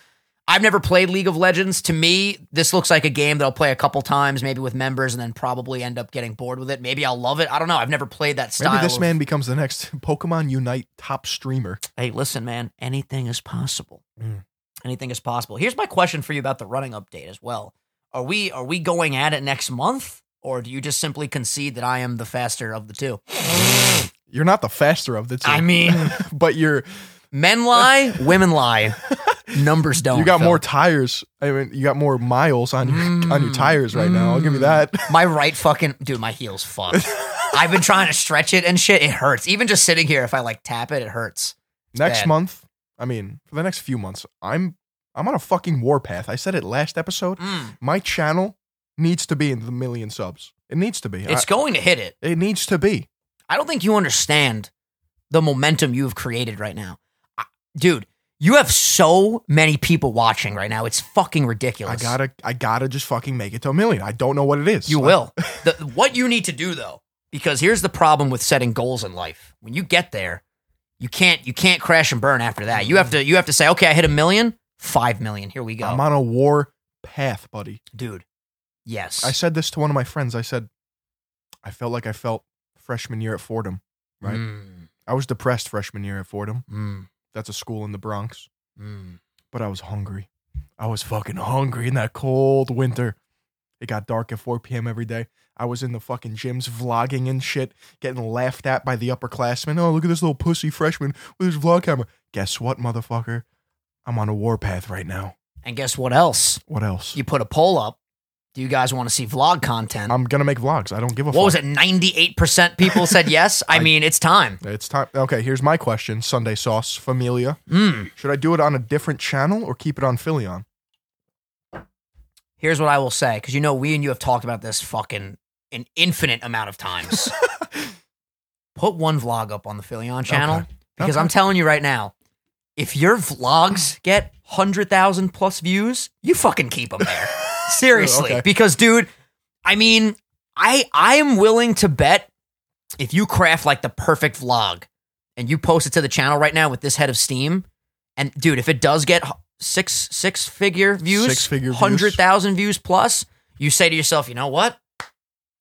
[SPEAKER 1] i've never played league of legends to me this looks like a game that i'll play a couple times maybe with members and then probably end up getting bored with it maybe i'll love it i don't know i've never played that style
[SPEAKER 2] Maybe this
[SPEAKER 1] of-
[SPEAKER 2] man becomes the next Pokemon Unite top streamer.
[SPEAKER 1] hey, listen, man, anything is possible.
[SPEAKER 2] Mm.
[SPEAKER 1] Anything is possible. Here's my question for you about the running update as well. Are we are we going at it next month, or do you just simply concede that I am the faster of the two?
[SPEAKER 2] You're not the faster of the two,
[SPEAKER 1] I mean,
[SPEAKER 2] but you're
[SPEAKER 1] men lie, women lie, numbers don't.
[SPEAKER 2] you got
[SPEAKER 1] Oh, Phil.
[SPEAKER 2] more tires. I mean, you got more miles on your on your
[SPEAKER 1] Mm.
[SPEAKER 2] tires right now. I'll give you
[SPEAKER 1] Mm.
[SPEAKER 2] that.
[SPEAKER 1] My right fucking dude, my heel's fucked. I've been trying to stretch it and shit. It hurts. Even just sitting here, if I like tap it, it hurts.
[SPEAKER 2] next
[SPEAKER 1] bad.
[SPEAKER 2] month, I mean, for the next few months, I'm I'm on a fucking warpath. I said it last episode.
[SPEAKER 1] Mm.
[SPEAKER 2] My channel needs to be in the million subs. It needs to be.
[SPEAKER 1] It's going to hit it.
[SPEAKER 2] I- it needs to be.
[SPEAKER 1] I don't think you understand the momentum you've created right now. I- Dude, you have so many people watching right now. It's fucking
[SPEAKER 2] I
[SPEAKER 1] ridiculous.
[SPEAKER 2] gotta I gotta just fucking make it to a million. I don't know what it is.
[SPEAKER 1] You
[SPEAKER 2] I-
[SPEAKER 1] will. the, what you need to do though, because here's the problem with setting goals in life. When you get there, you can't you can't crash and burn after that. You have to you have to say, "Okay, I hit a million, 5 million. Here we go."
[SPEAKER 2] Mm-hmm. I'm on a war path, buddy.
[SPEAKER 1] Dude. Yes.
[SPEAKER 2] I said this to one of my friends. I said, I felt like I felt freshman year at Fordham. right.
[SPEAKER 1] Mm,
[SPEAKER 2] I was depressed freshman year at Fordham.
[SPEAKER 1] mm,
[SPEAKER 2] That's a school in the Bronx.
[SPEAKER 1] mm.
[SPEAKER 2] But I was hungry. I was fucking hungry in that cold winter. It got dark at 4 p.m. every day. I was in the fucking gyms vlogging and shit, getting laughed at by the upperclassmen. Oh, look at this little pussy freshman with his vlog camera. Guess what, motherfucker? I'm on a warpath right now.
[SPEAKER 1] And guess what else?
[SPEAKER 2] What else?
[SPEAKER 1] You put a poll up Do you guys want to see vlog content?
[SPEAKER 2] I'm gonna make vlogs. I don't give a
[SPEAKER 1] what was
[SPEAKER 2] fuck.
[SPEAKER 1] it? 98% people said yes. I,
[SPEAKER 2] I-
[SPEAKER 1] mean, it's time.
[SPEAKER 2] It's time. Okay, here's my question. Sunday sauce, familia.
[SPEAKER 1] Mm.
[SPEAKER 2] Should I do it on a different channel or keep it on Philion?
[SPEAKER 1] Here's what I will say because you know, we and you have talked about this fucking an infinite amount of times. Put one vlog up on the Philion channel
[SPEAKER 2] Okay.
[SPEAKER 1] because I'm
[SPEAKER 2] Okay.
[SPEAKER 1] telling you right now, if your vlogs get 100,000 plus views, you fucking keep them there. Seriously,
[SPEAKER 2] Okay.
[SPEAKER 1] because dude, I mean, I I am willing to bet if you craft like the perfect vlog and you post it to the channel right now with this head of steam, and dude, if it does get h- six six figure views,
[SPEAKER 2] Six-figure views.
[SPEAKER 1] hundred thousand views plus, you say to yourself, you know what?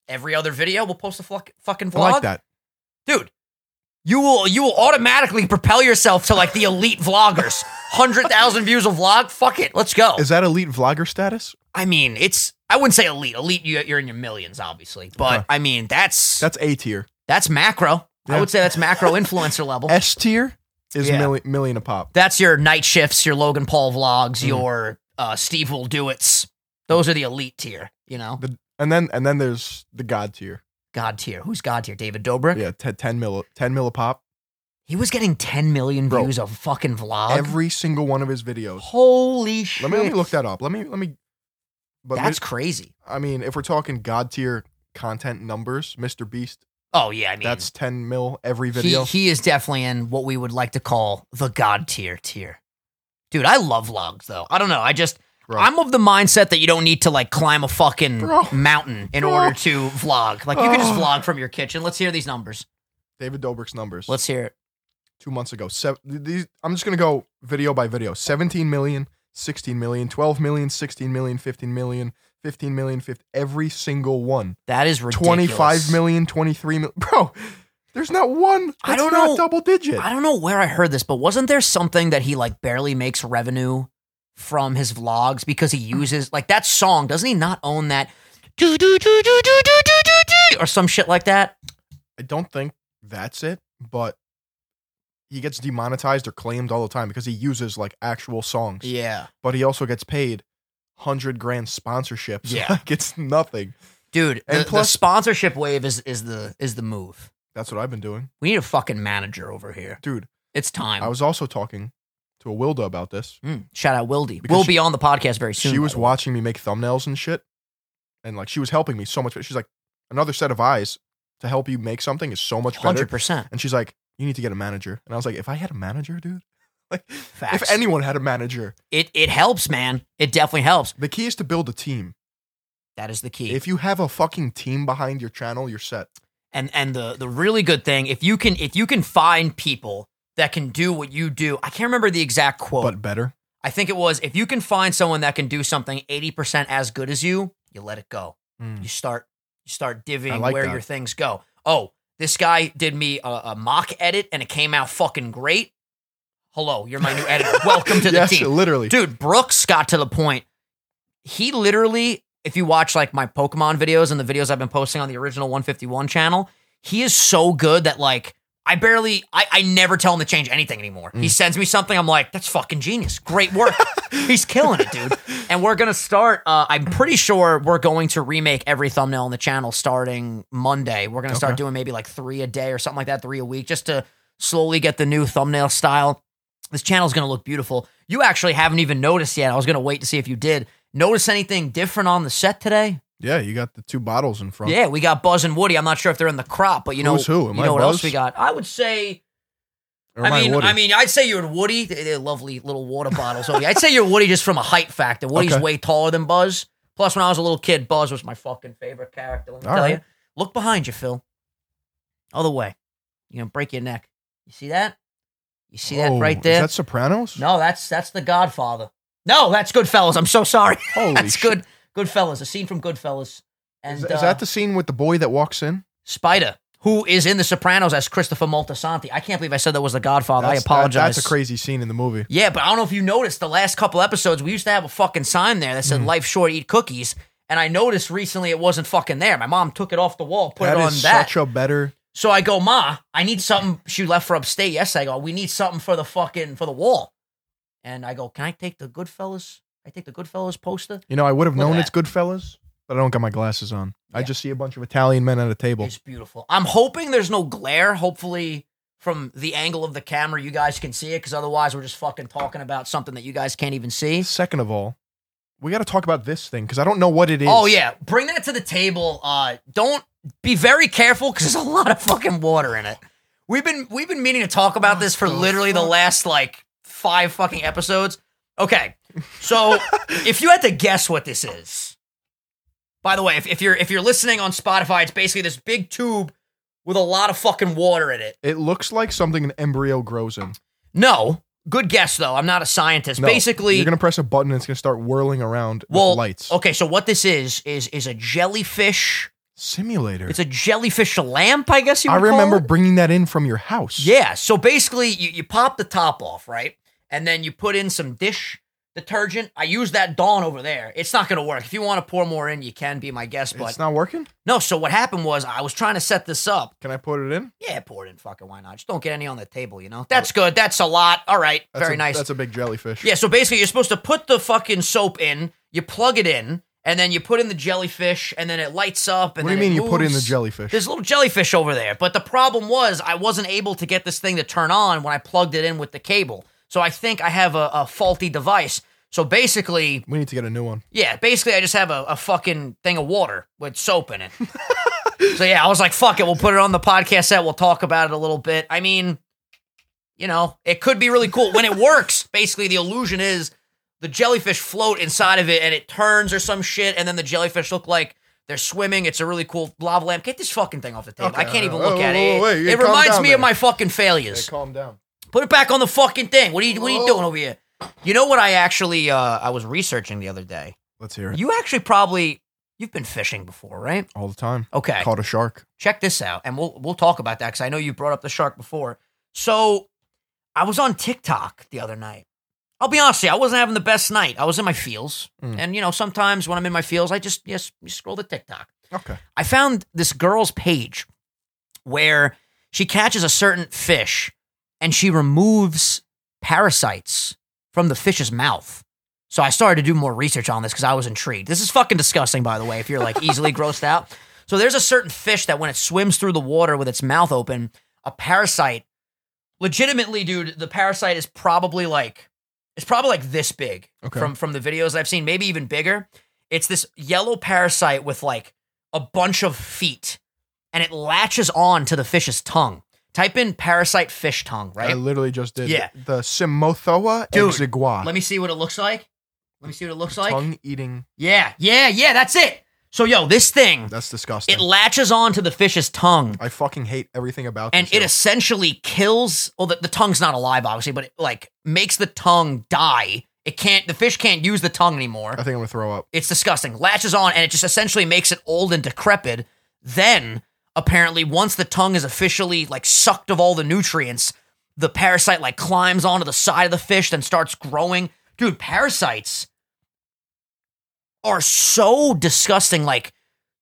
[SPEAKER 1] Every other video, we'll post a fluck fucking
[SPEAKER 2] I
[SPEAKER 1] vlog,
[SPEAKER 2] like that.
[SPEAKER 1] dude. You will you will automatically propel yourself to like the elite vloggers. Hundred thousand views a vlog, fuck it, let's go.
[SPEAKER 2] Is that elite vlogger status?
[SPEAKER 1] I mean, it's I wouldn't say elite. Elite, you, you're in your millions, obviously. But
[SPEAKER 2] Okay.
[SPEAKER 1] I mean, that's that's,
[SPEAKER 2] That's A tier.
[SPEAKER 1] macro. I
[SPEAKER 2] Yeah.
[SPEAKER 1] would say that's macro influencer level.
[SPEAKER 2] S tier is
[SPEAKER 1] Yeah.
[SPEAKER 2] milli- million a pop.
[SPEAKER 1] That's your night shifts, your Logan Paul vlogs,
[SPEAKER 2] Mhm.
[SPEAKER 1] your uh, Steve will do it's. Those are the elite tier. You know,
[SPEAKER 2] And then and then there's the god tier.
[SPEAKER 1] God tier. Who's God tier? David Dobrik.
[SPEAKER 2] Yeah, te- 10 mil 10 mil a pop.
[SPEAKER 1] He was getting 10 million
[SPEAKER 2] Bro.
[SPEAKER 1] views of fucking vlog.
[SPEAKER 2] Every single one of his videos.
[SPEAKER 1] Holy shit!
[SPEAKER 2] Let me, let me look that up. Let me let me but
[SPEAKER 1] That's
[SPEAKER 2] mi-
[SPEAKER 1] crazy.
[SPEAKER 2] I mean, if we're talking god tier content numbers, Mr Beast,
[SPEAKER 1] Oh yeah, I mean,
[SPEAKER 2] that's 10 mil every
[SPEAKER 1] he-
[SPEAKER 2] video.
[SPEAKER 1] he is definitely in what we would like to call the God tier tier. Dude, I love vlogs though. I don't know. I just
[SPEAKER 2] Bro.
[SPEAKER 1] I'm of the mindset that you don't need to like climb a fucking
[SPEAKER 2] Bro.
[SPEAKER 1] mountain in
[SPEAKER 2] Bro.
[SPEAKER 1] order to vlog. Like you can just
[SPEAKER 2] Oh.
[SPEAKER 1] vlog from your kitchen. Let's hear these numbers.
[SPEAKER 2] David Dobrik's numbers.
[SPEAKER 1] Let's hear it.
[SPEAKER 2] 2 months ago. Sev- these I'm just going to go video by video. 17 million, 16 million, 12 million, 16 million, 15 million, 15 million, 15 every single one.
[SPEAKER 1] That is ridiculous.
[SPEAKER 2] 25 million, 23 million. Bro, there's not one. That's
[SPEAKER 1] I don't
[SPEAKER 2] not
[SPEAKER 1] know.
[SPEAKER 2] double digit.
[SPEAKER 1] I don't know where I heard this, but wasn't there something that he like barely makes revenue from his vlogs because he
[SPEAKER 2] Hmm.
[SPEAKER 1] uses like that song? Doesn't he not own that? Do do do do do do do do do or some shit like that.
[SPEAKER 2] I don't think that's it, but he gets demonetized or claimed all the time because he uses like actual songs.
[SPEAKER 1] Yeah,
[SPEAKER 2] But he also gets paid 100 grand sponsorships.
[SPEAKER 1] Yeah.
[SPEAKER 2] like it's nothing.
[SPEAKER 1] dude.
[SPEAKER 2] And
[SPEAKER 1] the, the
[SPEAKER 2] plus-
[SPEAKER 1] sponsorship wave is is the is the move.
[SPEAKER 2] That's what I've been doing.
[SPEAKER 1] We need a fucking manager over here.
[SPEAKER 2] Dude,
[SPEAKER 1] It's time.
[SPEAKER 2] I was also talking to a Wilda about this.
[SPEAKER 1] Mm, shout out Wildy.
[SPEAKER 2] Because
[SPEAKER 1] We'll
[SPEAKER 2] she-
[SPEAKER 1] be on the podcast very soon.
[SPEAKER 2] she was
[SPEAKER 1] by the way.
[SPEAKER 2] watching me make thumbnails and shit. And like she was helping me so much. She's like, another set of eyes to help you make something is so much better.
[SPEAKER 1] 100%.
[SPEAKER 2] And she's like, you need to get a manager. And I was like, if I had a manager, dude, like
[SPEAKER 1] Facts.
[SPEAKER 2] if anyone had a manager,
[SPEAKER 1] It it helps, man. It definitely helps.
[SPEAKER 2] the key is to build a team.
[SPEAKER 1] That is the key.
[SPEAKER 2] If you have a fucking team behind your channel, you're set.
[SPEAKER 1] and and the the really good thing if you can if you can find people that can do what you do i can't remember the exact quote
[SPEAKER 2] But better.
[SPEAKER 1] i think it was if you can find someone that can do something 80% as good as you you let it go you start you start
[SPEAKER 2] Mm. I
[SPEAKER 1] divvying
[SPEAKER 2] like
[SPEAKER 1] where
[SPEAKER 2] that.
[SPEAKER 1] your things go oh this guy did me a, a mock edit and it came out fucking great hello you're my new editor welcome to the
[SPEAKER 2] yes,
[SPEAKER 1] team
[SPEAKER 2] literally.
[SPEAKER 1] Dude, Brooks got to the point. He literally, if you watch like my Pokemon videos and the videos I've been posting on the original 151 channel, he is so good that like I barely, I, I never tell him to change anything anymore. He sends me something, I'm like, that's fucking genius. Great work. He's killing it, dude. And we're gonna start. Uh, I'm pretty sure we're going to remake every thumbnail on the channel starting Monday. We're gonna start
[SPEAKER 2] Okay.
[SPEAKER 1] doing maybe like three a day or something like that, three a week, just to slowly get the new thumbnail style this channel's going to look beautiful. You actually haven't even noticed yet. I was going to wait to see if you did. Notice anything different on the set today?
[SPEAKER 2] Yeah, you got the two bottles in front.
[SPEAKER 1] Yeah, we got Buzz and Woody. I'm not sure if they're in the crop, but you know,
[SPEAKER 2] Who's who? Am
[SPEAKER 1] you
[SPEAKER 2] I
[SPEAKER 1] know what else
[SPEAKER 2] Buzz?
[SPEAKER 1] we got? I would say,
[SPEAKER 2] Or am
[SPEAKER 1] I mean,
[SPEAKER 2] Woody?
[SPEAKER 1] I mean, I'd say you're Woody. They- They're lovely little water bottles. over here. I'd say you're Woody just from a height factor. Woody's
[SPEAKER 2] Okay.
[SPEAKER 1] way taller than Buzz. Plus, when I was a little kid, Buzz was my fucking favorite character. Let me
[SPEAKER 2] All
[SPEAKER 1] tell
[SPEAKER 2] right.
[SPEAKER 1] you. Look behind you, Phil. Other way. You're gonna break your neck. You see that? You see
[SPEAKER 2] Whoa,
[SPEAKER 1] that right
[SPEAKER 2] Oh, is
[SPEAKER 1] there?
[SPEAKER 2] that Sopranos?
[SPEAKER 1] No, that's that's the Godfather. No, that's Goodfellas. I'm so sorry.
[SPEAKER 2] Holy
[SPEAKER 1] that's
[SPEAKER 2] shit.
[SPEAKER 1] good. Goodfellas. A scene from Goodfellas. And
[SPEAKER 2] Is, is
[SPEAKER 1] uh,
[SPEAKER 2] that the scene with the boy that walks in?
[SPEAKER 1] Spider, who is in The Sopranos as Christopher Moltisanti? I can't believe I said that was the Godfather. Oh, I
[SPEAKER 2] That's- that-
[SPEAKER 1] apologize.
[SPEAKER 2] that's a crazy scene in the movie.
[SPEAKER 1] Yeah, but I don't know if you noticed the last couple episodes, we used to have a fucking sign there that
[SPEAKER 2] Hmm.
[SPEAKER 1] said "Life short, eat cookies." And I noticed recently it wasn't fucking there. My mom took it off the wall, put
[SPEAKER 2] That
[SPEAKER 1] it on
[SPEAKER 2] is
[SPEAKER 1] that.
[SPEAKER 2] such a better.
[SPEAKER 1] so I go, Ma, I need something. She left for upstate yesterday. I go, we need something for the fucking for the wall. And I go, can I take the Goodfellas? I take the Goodfellas poster.
[SPEAKER 2] You know, I would have
[SPEAKER 1] Look at
[SPEAKER 2] known
[SPEAKER 1] that.
[SPEAKER 2] it's Goodfellas, but I don't got my glasses on. I
[SPEAKER 1] Yeah.
[SPEAKER 2] just see a bunch of Italian men at a table.
[SPEAKER 1] It's beautiful. I'm hoping there's no glare. Hopefully, from the angle of the camera, you guys can see it because otherwise, we're just fucking talking about something that you guys can't even see.
[SPEAKER 2] Second of all, we got to talk about this thing because I don't know what it is.
[SPEAKER 1] Oh yeah, bring that to the table. Uh, don't be very careful because there's a lot of fucking water in it. We've been we've been meaning to talk about
[SPEAKER 2] Oh, What
[SPEAKER 1] this for
[SPEAKER 2] the
[SPEAKER 1] literally the
[SPEAKER 2] fuck?
[SPEAKER 1] last like five fucking episodes. Okay, so if you had to guess what this is, by the way, if, if you're if you're listening on Spotify, it's basically this big tube with a lot of fucking water in it.
[SPEAKER 2] It looks like something an embryo grows in.
[SPEAKER 1] No, good guess though. I'm not a scientist.
[SPEAKER 2] No,
[SPEAKER 1] basically,
[SPEAKER 2] you're gonna press a button and it's gonna start whirling around
[SPEAKER 1] Well,
[SPEAKER 2] with lights.
[SPEAKER 1] okay. So what this is is is a jellyfish.
[SPEAKER 2] Simulator.
[SPEAKER 1] It's a jellyfish lamp, I guess you
[SPEAKER 2] I
[SPEAKER 1] would call
[SPEAKER 2] remember
[SPEAKER 1] it.
[SPEAKER 2] bringing that in from your house.
[SPEAKER 1] Yeah. So basically, you, you pop the top off, right? And then you put in some dish detergent. I use that Dawn over there. It's not going to work. If you want to pour more in, you can be my guest. But
[SPEAKER 2] it's not working.
[SPEAKER 1] no. So what happened was I was trying to set this up.
[SPEAKER 2] Can I put it in?
[SPEAKER 1] Yeah, pour it in. Fucking why not? Just don't get any on the table, you know? That's good. That's a lot. All right.
[SPEAKER 2] That's
[SPEAKER 1] Very
[SPEAKER 2] a,
[SPEAKER 1] nice.
[SPEAKER 2] That's a big jellyfish.
[SPEAKER 1] Yeah, so basically, you're supposed to put the fucking soap in, you plug it in, and then you put in the jellyfish, and then it lights up. And
[SPEAKER 2] What do you
[SPEAKER 1] then
[SPEAKER 2] mean
[SPEAKER 1] it
[SPEAKER 2] you put in the
[SPEAKER 1] moves.
[SPEAKER 2] jellyfish?
[SPEAKER 1] There's a little jellyfish over there. But the problem was, I wasn't able to get this thing to turn on when I plugged it in with the cable. So I think I have a, a faulty device. So basically,
[SPEAKER 2] we need to get a new one.
[SPEAKER 1] yeah, basically, I just have a, a fucking thing of water with soap in it. so yeah, I was like, fuck it, we'll put it on the podcast set. We'll talk about it a little bit. I mean, you know, it could be really cool when it works. Basically, the illusion is the jellyfish float inside of it and it turns or some shit, and then the jellyfish look like. They're swimming. It's a really cool lava lamp. Get this fucking thing off the table.
[SPEAKER 2] Okay,
[SPEAKER 1] I can't even
[SPEAKER 2] uh,
[SPEAKER 1] look
[SPEAKER 2] whoa,
[SPEAKER 1] at
[SPEAKER 2] whoa,
[SPEAKER 1] it.
[SPEAKER 2] wait, you
[SPEAKER 1] it
[SPEAKER 2] calm
[SPEAKER 1] reminds
[SPEAKER 2] down
[SPEAKER 1] me of
[SPEAKER 2] there.
[SPEAKER 1] my fucking failures.
[SPEAKER 2] Hey, calm down.
[SPEAKER 1] Put it back on the fucking thing. What are you? What are you
[SPEAKER 2] Whoa.
[SPEAKER 1] doing over here? You know what? I actually uh, I was researching the other day.
[SPEAKER 2] Let's hear it.
[SPEAKER 1] You actually probably you've been fishing before, right?
[SPEAKER 2] All the time.
[SPEAKER 1] Okay.
[SPEAKER 2] Caught a shark.
[SPEAKER 1] Check this out, and we'll we'll talk about that because I know you brought up the shark before. So I was on TikTok the other night. I'll be honest, with you, I wasn't having the best night. I was in my feels,
[SPEAKER 2] Mm.
[SPEAKER 1] and you know sometimes when I'm in my feels, I just yes you scroll the TikTok.
[SPEAKER 2] Okay.
[SPEAKER 1] I found this girl's page where she catches a certain fish and she removes parasites from the fish's mouth. So I started to do more research on this because I was intrigued. This is fucking disgusting, by the way, if you're like easily grossed out. So there's a certain fish that when it swims through the water with its mouth open, a parasite, legitimately, dude, the parasite is probably like, it's probably like this big
[SPEAKER 2] Okay.
[SPEAKER 1] from, from the videos I've seen, maybe even bigger. It's this yellow parasite with like a bunch of feet and it latches on to the fish's tongue. Type in parasite fish tongue,
[SPEAKER 2] I
[SPEAKER 1] right?
[SPEAKER 2] literally just did.
[SPEAKER 1] Yeah.
[SPEAKER 2] The Simothoa
[SPEAKER 1] Dude,
[SPEAKER 2] exigua.
[SPEAKER 1] Let me see what it looks like. Let me see what it looks like.
[SPEAKER 2] Tongue eating.
[SPEAKER 1] Yeah, yeah, yeah, that's it. So, yo, this thing,
[SPEAKER 2] That's disgusting.
[SPEAKER 1] it latches on to the fish's tongue
[SPEAKER 2] I fucking hate everything about
[SPEAKER 1] and
[SPEAKER 2] this.
[SPEAKER 1] it
[SPEAKER 2] yo.
[SPEAKER 1] essentially kills, well, the, the tongue's not alive, obviously, but it like makes the tongue die. It can't, the fish can't use the tongue anymore.
[SPEAKER 2] I think I'm gonna throw up.
[SPEAKER 1] It's disgusting. Latches on and it just essentially makes it old and decrepit. Then, apparently, once the tongue is officially like sucked of all the nutrients, the parasite like climbs onto the side of the fish, then starts growing. Dude, parasites are so disgusting. Like,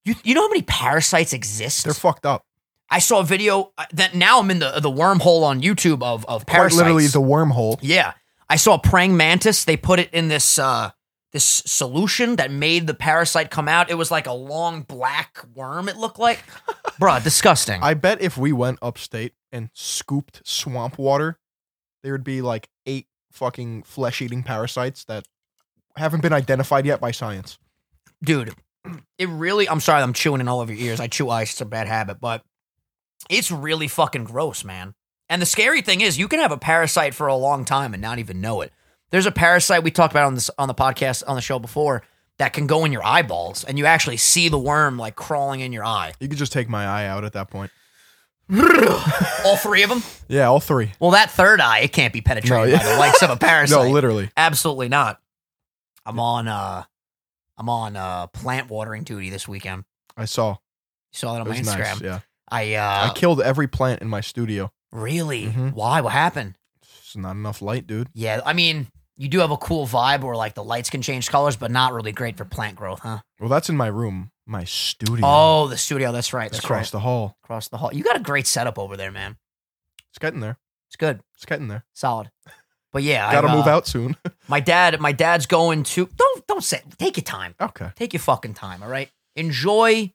[SPEAKER 1] you, you know how many parasites exist?
[SPEAKER 2] They're fucked up.
[SPEAKER 1] I saw a video uh, that now I'm in the the wormhole on YouTube of of parasites.
[SPEAKER 2] Quite literally the wormhole.
[SPEAKER 1] Yeah. I saw a praying mantis. They put it in this uh this solution that made the parasite come out. It was like a long black worm, it looked like. Bruh, disgusting.
[SPEAKER 2] I bet if we went upstate and scooped swamp water, there would be like eight fucking flesh eating parasites that haven't been identified yet by science.
[SPEAKER 1] Dude, it really I'm sorry I'm chewing in all of your ears. I chew ice, it's a bad habit, but it's really fucking gross, man. And the scary thing is you can have a parasite for a long time and not even know it. There's a parasite we talked about on this on the podcast on the show before that can go in your eyeballs and you actually see the worm like crawling in your eye.
[SPEAKER 2] You could just take my eye out at that point.
[SPEAKER 1] all three of them?
[SPEAKER 2] Yeah, all three.
[SPEAKER 1] Well, that third eye, it can't be penetrated
[SPEAKER 2] No,
[SPEAKER 1] by
[SPEAKER 2] yeah.
[SPEAKER 1] the likes of a
[SPEAKER 2] no,
[SPEAKER 1] parasite.
[SPEAKER 2] literally.
[SPEAKER 1] Absolutely not. I'm on uh I'm on uh plant watering duty this weekend.
[SPEAKER 2] I saw.
[SPEAKER 1] You saw that
[SPEAKER 2] It
[SPEAKER 1] on my
[SPEAKER 2] was
[SPEAKER 1] Instagram.
[SPEAKER 2] nice. Yeah.
[SPEAKER 1] I
[SPEAKER 2] I
[SPEAKER 1] uh
[SPEAKER 2] killed every plant in my studio.
[SPEAKER 1] really
[SPEAKER 2] Mhm.
[SPEAKER 1] why? What happened?
[SPEAKER 2] It's not enough light, dude.
[SPEAKER 1] Yeah, I mean, you do have a cool vibe where like the lights can change colors, but not really great for plant growth, huh?
[SPEAKER 2] Well, that's in my room. My studio.
[SPEAKER 1] Oh, the studio, that's right.
[SPEAKER 2] it's
[SPEAKER 1] That's
[SPEAKER 2] across
[SPEAKER 1] right.
[SPEAKER 2] the hall.
[SPEAKER 1] across the hall. You got a great setup over there, man.
[SPEAKER 2] It's getting there.
[SPEAKER 1] It's good.
[SPEAKER 2] It's getting there.
[SPEAKER 1] Solid. But yeah,
[SPEAKER 2] Got to
[SPEAKER 1] I've,
[SPEAKER 2] move
[SPEAKER 1] uh,
[SPEAKER 2] out soon.
[SPEAKER 1] My dad my dad's going to Don't don't say take your time.
[SPEAKER 2] okay.
[SPEAKER 1] Take your fucking time, all right? Enjoy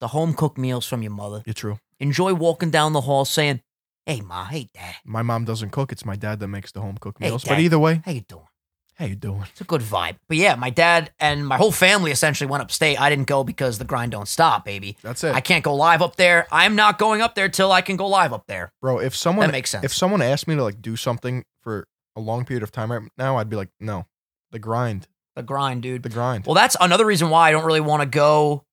[SPEAKER 1] the home cooked meals from your mother.
[SPEAKER 2] You're true.
[SPEAKER 1] Enjoy walking down the hall saying, "Hey, ma. Hey, dad.
[SPEAKER 2] My mom doesn't cook. It's my dad that makes the home cooked
[SPEAKER 1] Hey,
[SPEAKER 2] meals.
[SPEAKER 1] Dad.
[SPEAKER 2] but either way,
[SPEAKER 1] How you doing?"
[SPEAKER 2] how you doing?
[SPEAKER 1] It's a good vibe. But yeah, my dad and my whole family essentially went upstate. I didn't go because the grind don't stop, baby.
[SPEAKER 2] That's it,
[SPEAKER 1] I can't go live up there. I'm not going up there till I can go live up there.
[SPEAKER 2] bro. If someone
[SPEAKER 1] That makes sense.
[SPEAKER 2] if someone asked me to like do something for a long period of time right now, I'd be like, no, the grind,
[SPEAKER 1] the grind, dude.
[SPEAKER 2] the grind.
[SPEAKER 1] Well, that's another reason why I don't really want to go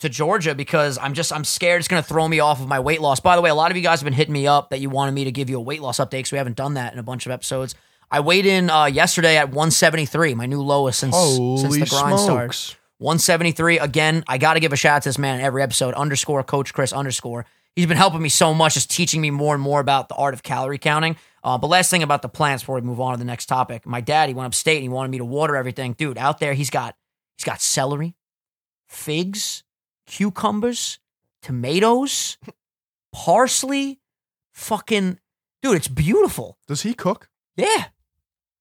[SPEAKER 1] to Georgia because I'm just I'm scared it's going to throw me off of my weight loss. By the way, a lot of you guys have been hitting me up that you wanted me to give you a weight loss update because we haven't done that in a bunch of episodes. I weighed in uh, yesterday at 173, my new lowest since since
[SPEAKER 2] Holy
[SPEAKER 1] the grind started.
[SPEAKER 2] smokes!
[SPEAKER 1] 173 again. I got to give a shout out to this man in every episode. Underscore Coach Chris underscore. He's been helping me so much, just teaching me more and more about the art of calorie counting. Uh, but last thing about the plants before we move on to the next topic. My dad, he went upstate and he wanted me to water everything, dude. Out there, he's got he's got celery, figs, cucumbers, tomatoes, parsley, fucking dude. It's beautiful.
[SPEAKER 2] Does he cook?
[SPEAKER 1] Yeah,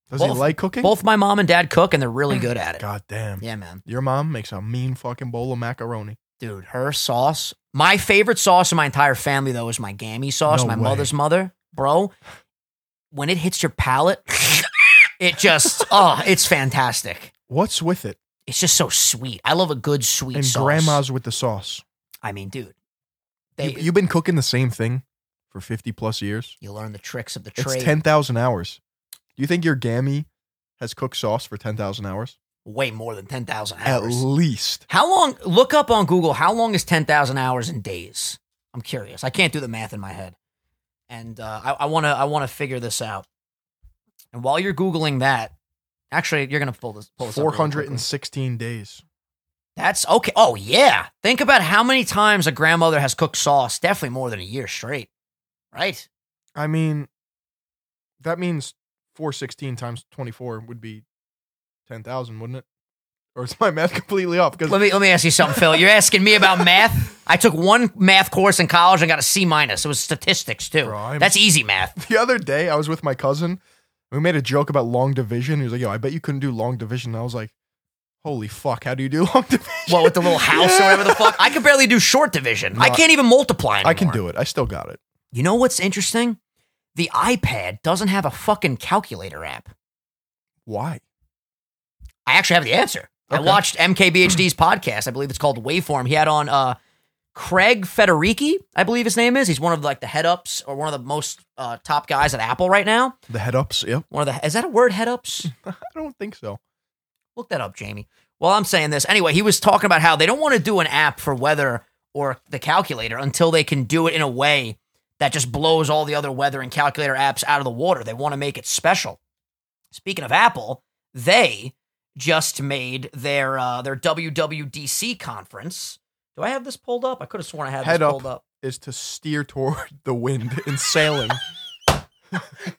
[SPEAKER 2] Does
[SPEAKER 1] Both-
[SPEAKER 2] he like cooking?
[SPEAKER 1] both my mom and dad cook, and they're really good at it.
[SPEAKER 2] God damn.
[SPEAKER 1] Yeah, man.
[SPEAKER 2] Your mom makes a mean fucking bowl of macaroni.
[SPEAKER 1] Dude, her sauce. My favorite sauce in my entire family, though, is my gammy sauce,
[SPEAKER 2] No
[SPEAKER 1] my
[SPEAKER 2] way.
[SPEAKER 1] mother's mother. Bro, when it hits your palate, it just, oh, it's fantastic.
[SPEAKER 2] What's with it?
[SPEAKER 1] It's just so sweet. I love a good sweet
[SPEAKER 2] and
[SPEAKER 1] sauce.
[SPEAKER 2] grandma's with the sauce.
[SPEAKER 1] I mean, dude, they,
[SPEAKER 2] you,
[SPEAKER 1] you,
[SPEAKER 2] you've been cooking the same thing for 50 plus years.
[SPEAKER 1] learn the tricks of the trade.
[SPEAKER 2] It's 10,000 hours. Do you think your gammy has cooked sauce for 10,000 hours?
[SPEAKER 1] Way more than 10,000
[SPEAKER 2] At
[SPEAKER 1] hours.
[SPEAKER 2] least.
[SPEAKER 1] How long, look up on Google, how long is 10,000 hours in days? I'm curious. I can't do the math in my head. And uh, I, I want to I wanna figure this out. And while you're Googling that, actually, you're going to pull this, pull this up really quickly.
[SPEAKER 2] 416 days.
[SPEAKER 1] That's okay. Oh, yeah. Think about how many times a grandmother has cooked sauce. Definitely more than a year straight. Right?
[SPEAKER 2] I mean, that means 416 times 24 would be 10,000, wouldn't it? Or is my math completely off? Because
[SPEAKER 1] Let me let me ask you something, Phil. You're asking me about math. I took one math course in college and got a C minus. It was statistics too.
[SPEAKER 2] Bro, I'm-
[SPEAKER 1] That's easy math.
[SPEAKER 2] the other day I was with my cousin. We made a joke about long division. He was like, "Yo, I bet you couldn't do long division." And I was like, "Holy fuck, how do you do long division?"
[SPEAKER 1] What with the little house or whatever the fuck? I can barely do short division. I
[SPEAKER 2] No,
[SPEAKER 1] can't even multiply anymore.
[SPEAKER 2] I can do it. I still got it.
[SPEAKER 1] You know what's interesting? The iPad doesn't have a fucking calculator app.
[SPEAKER 2] Why?
[SPEAKER 1] I actually have the answer. I
[SPEAKER 2] Okay.
[SPEAKER 1] watched MKBHD's podcast. I believe it's called Waveform. He had on uh, Craig Federici, I believe his name is. He's one of like the head ups or one of the most uh, top guys at Apple right now.
[SPEAKER 2] The head ups? Yep.
[SPEAKER 1] One of the is that a word head ups?
[SPEAKER 2] I don't think so.
[SPEAKER 1] Look that up, Jamie. Well, I'm saying this anyway. He was talking about how they don't want to do an app for weather or the calculator until they can do it in a way that just blows all the other weather and calculator apps out of the water. They want to make it special. Speaking of Apple, they just made their uh, their WWDC conference. Do I have this pulled up? I could have sworn I had
[SPEAKER 2] Head
[SPEAKER 1] this
[SPEAKER 2] up.
[SPEAKER 1] pulled up.
[SPEAKER 2] Is to steer toward the wind in sailing.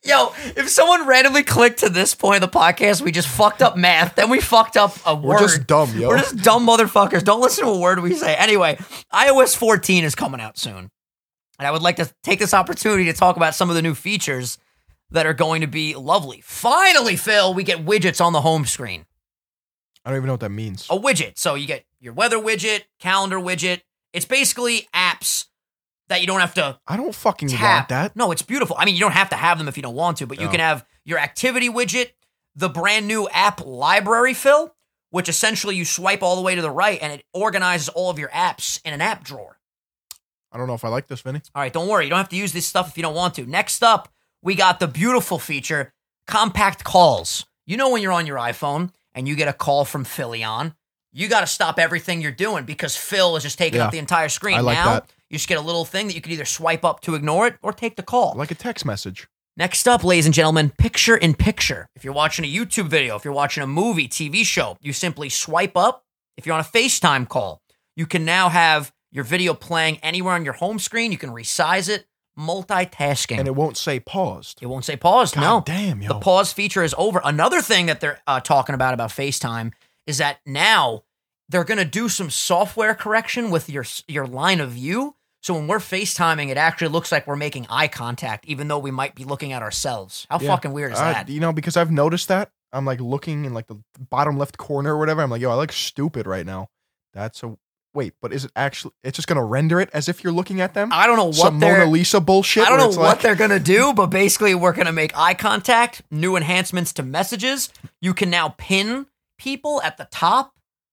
[SPEAKER 1] Yo, if someone randomly clicked to this point of the podcast, we just fucked up math. Then we fucked up a word.
[SPEAKER 2] We're just dumb, yo.
[SPEAKER 1] We're just dumb motherfuckers. Don't listen to a word we say. Anyway, iOS 14 is coming out soon. And I would like to take this opportunity to talk about some of the new features that are going to be lovely. Finally, Phil, we get widgets on the home screen.
[SPEAKER 2] I don't even know what that means.
[SPEAKER 1] A widget. So you get your weather widget, calendar widget. It's basically apps that you don't have to
[SPEAKER 2] I don't fucking
[SPEAKER 1] tap.
[SPEAKER 2] want that.
[SPEAKER 1] No, it's beautiful. I mean, you don't have to have them if you don't want to, but you
[SPEAKER 2] No.
[SPEAKER 1] can have your activity widget, the brand new app library fill, which essentially you swipe all the way to the right and it organizes all of your apps in an app drawer.
[SPEAKER 2] I don't know if I like this, Vinny.
[SPEAKER 1] All right, don't worry. You don't have to use this stuff if you don't want to. Next up, we got the beautiful feature compact calls. You know, when you're on your iPhone and you get a call from Philion, you got to stop everything you're doing because Phil is just taking
[SPEAKER 2] Yeah.
[SPEAKER 1] up the entire screen.
[SPEAKER 2] I like
[SPEAKER 1] now,
[SPEAKER 2] that.
[SPEAKER 1] you just get a little thing that you can either swipe up to ignore it or take the call.
[SPEAKER 2] Like a text message.
[SPEAKER 1] Next up, ladies and gentlemen, picture in picture. If you're watching a YouTube video, if you're watching a movie, TV show, you simply swipe up. If you're on a FaceTime call, you can now have your video playing anywhere on your home screen. You can resize it, multitasking.
[SPEAKER 2] And
[SPEAKER 1] it,
[SPEAKER 2] it won't say paused.
[SPEAKER 1] won't say pause.
[SPEAKER 2] God
[SPEAKER 1] no.
[SPEAKER 2] damn, yo.
[SPEAKER 1] The pause feature is over. Another thing that they're uh, talking about about FaceTime is that now they're going to do some software correction with your your line of view. So when we're FaceTiming, it actually looks like we're making eye contact, even though we might be looking at ourselves. How
[SPEAKER 2] Yeah.
[SPEAKER 1] fucking weird is
[SPEAKER 2] I-
[SPEAKER 1] that?
[SPEAKER 2] you know, because I've noticed that I'm like looking in like the bottom left corner or whatever. I'm like, yo, I look stupid right now. That's a wait, but is it actually? It's just gonna render it as if you're looking at them.
[SPEAKER 1] I don't know Uh, what
[SPEAKER 2] Some
[SPEAKER 1] they're.
[SPEAKER 2] Mona Lisa bullshit.
[SPEAKER 1] I don't
[SPEAKER 2] where
[SPEAKER 1] know
[SPEAKER 2] it's
[SPEAKER 1] what
[SPEAKER 2] like,
[SPEAKER 1] they're gonna do, but basically we're gonna make eye contact, new enhancements to messages. You can now pin people at the top,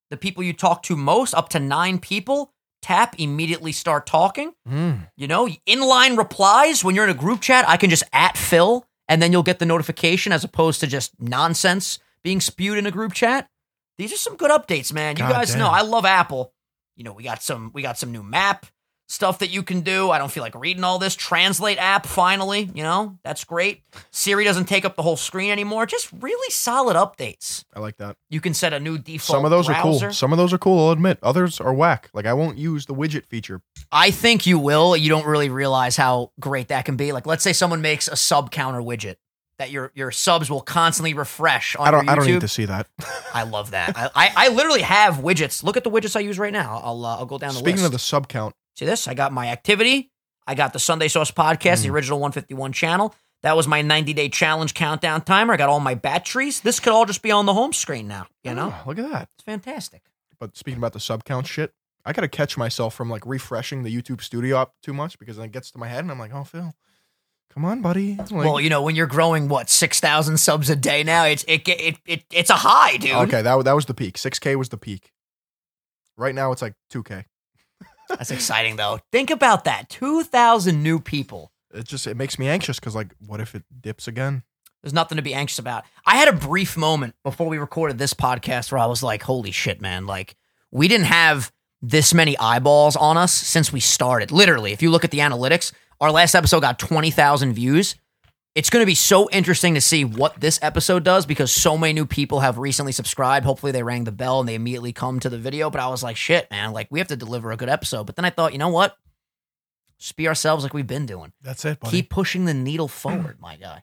[SPEAKER 1] the people you talk to most, up to nine people. Tap immediately start talking.
[SPEAKER 2] Mm.
[SPEAKER 1] You know, inline replies when you're in a group chat, I can just at Phil and then you'll get the notification as opposed to just nonsense being spewed in a group chat. These are some good updates, man. You
[SPEAKER 2] God
[SPEAKER 1] guys
[SPEAKER 2] damn.
[SPEAKER 1] know I love Apple. You know, we got some we got some new map stuff that you can do. I don't feel like reading all this. Translate app finally, you know? That's great. Siri doesn't take up the whole screen anymore. Just really solid updates.
[SPEAKER 2] I like that.
[SPEAKER 1] You can set a new default
[SPEAKER 2] Some of those are
[SPEAKER 1] browser.
[SPEAKER 2] cool. Some of those are cool. I'll admit. Others are whack. Like I won't use the widget feature.
[SPEAKER 1] I think you will. You don't really realize how great that can be. Like, let's say someone makes a sub counter widget that your your subs will constantly refresh on
[SPEAKER 2] I don't.
[SPEAKER 1] your
[SPEAKER 2] I don't
[SPEAKER 1] YouTube.
[SPEAKER 2] need to see that.
[SPEAKER 1] I love that. I, I, I literally have widgets. Look at the widgets I use right now. I'll uh, I'll go down the
[SPEAKER 2] Speaking
[SPEAKER 1] list.
[SPEAKER 2] of the sub count,
[SPEAKER 1] See this? I got my activity. I got the Sunday Sauce podcast,
[SPEAKER 2] Mm.
[SPEAKER 1] the original 151 channel. That was my 90 day challenge countdown timer. I got all my batteries. This could all just be on the home screen now. You know,
[SPEAKER 2] Ah, look at that.
[SPEAKER 1] it's fantastic.
[SPEAKER 2] But speaking about the sub count shit, I gotta catch myself from like refreshing the YouTube Studio app too much because then it gets to my head and I'm like, oh Phil, come on, buddy. Like,
[SPEAKER 1] well, you know, when you're growing what six thousand subs a day now, it's it, get- it it it's a high, dude.
[SPEAKER 2] okay, that wa- that was the peak. Six K was the peak. Right now it's like two K.
[SPEAKER 1] That's exciting though. Think about that. 2,000 new people.
[SPEAKER 2] It just it makes me anxious because like, what if it dips again?
[SPEAKER 1] There's nothing to be anxious about. I had a brief moment before we recorded this podcast where I was like, holy shit, man. Like, we didn't have this many eyeballs on us since we started. Literally, if you look at the analytics, our last episode got 20,000 views. It's going to be so interesting to see what this episode does because so many new people have recently subscribed. Hopefully, they rang the bell and they immediately come to the video. But I was like, shit, man, like, we have to deliver a good episode. But then I thought, you know what? Just be ourselves like we've been doing.
[SPEAKER 2] That's it, buddy.
[SPEAKER 1] Keep pushing the needle forward, my guy.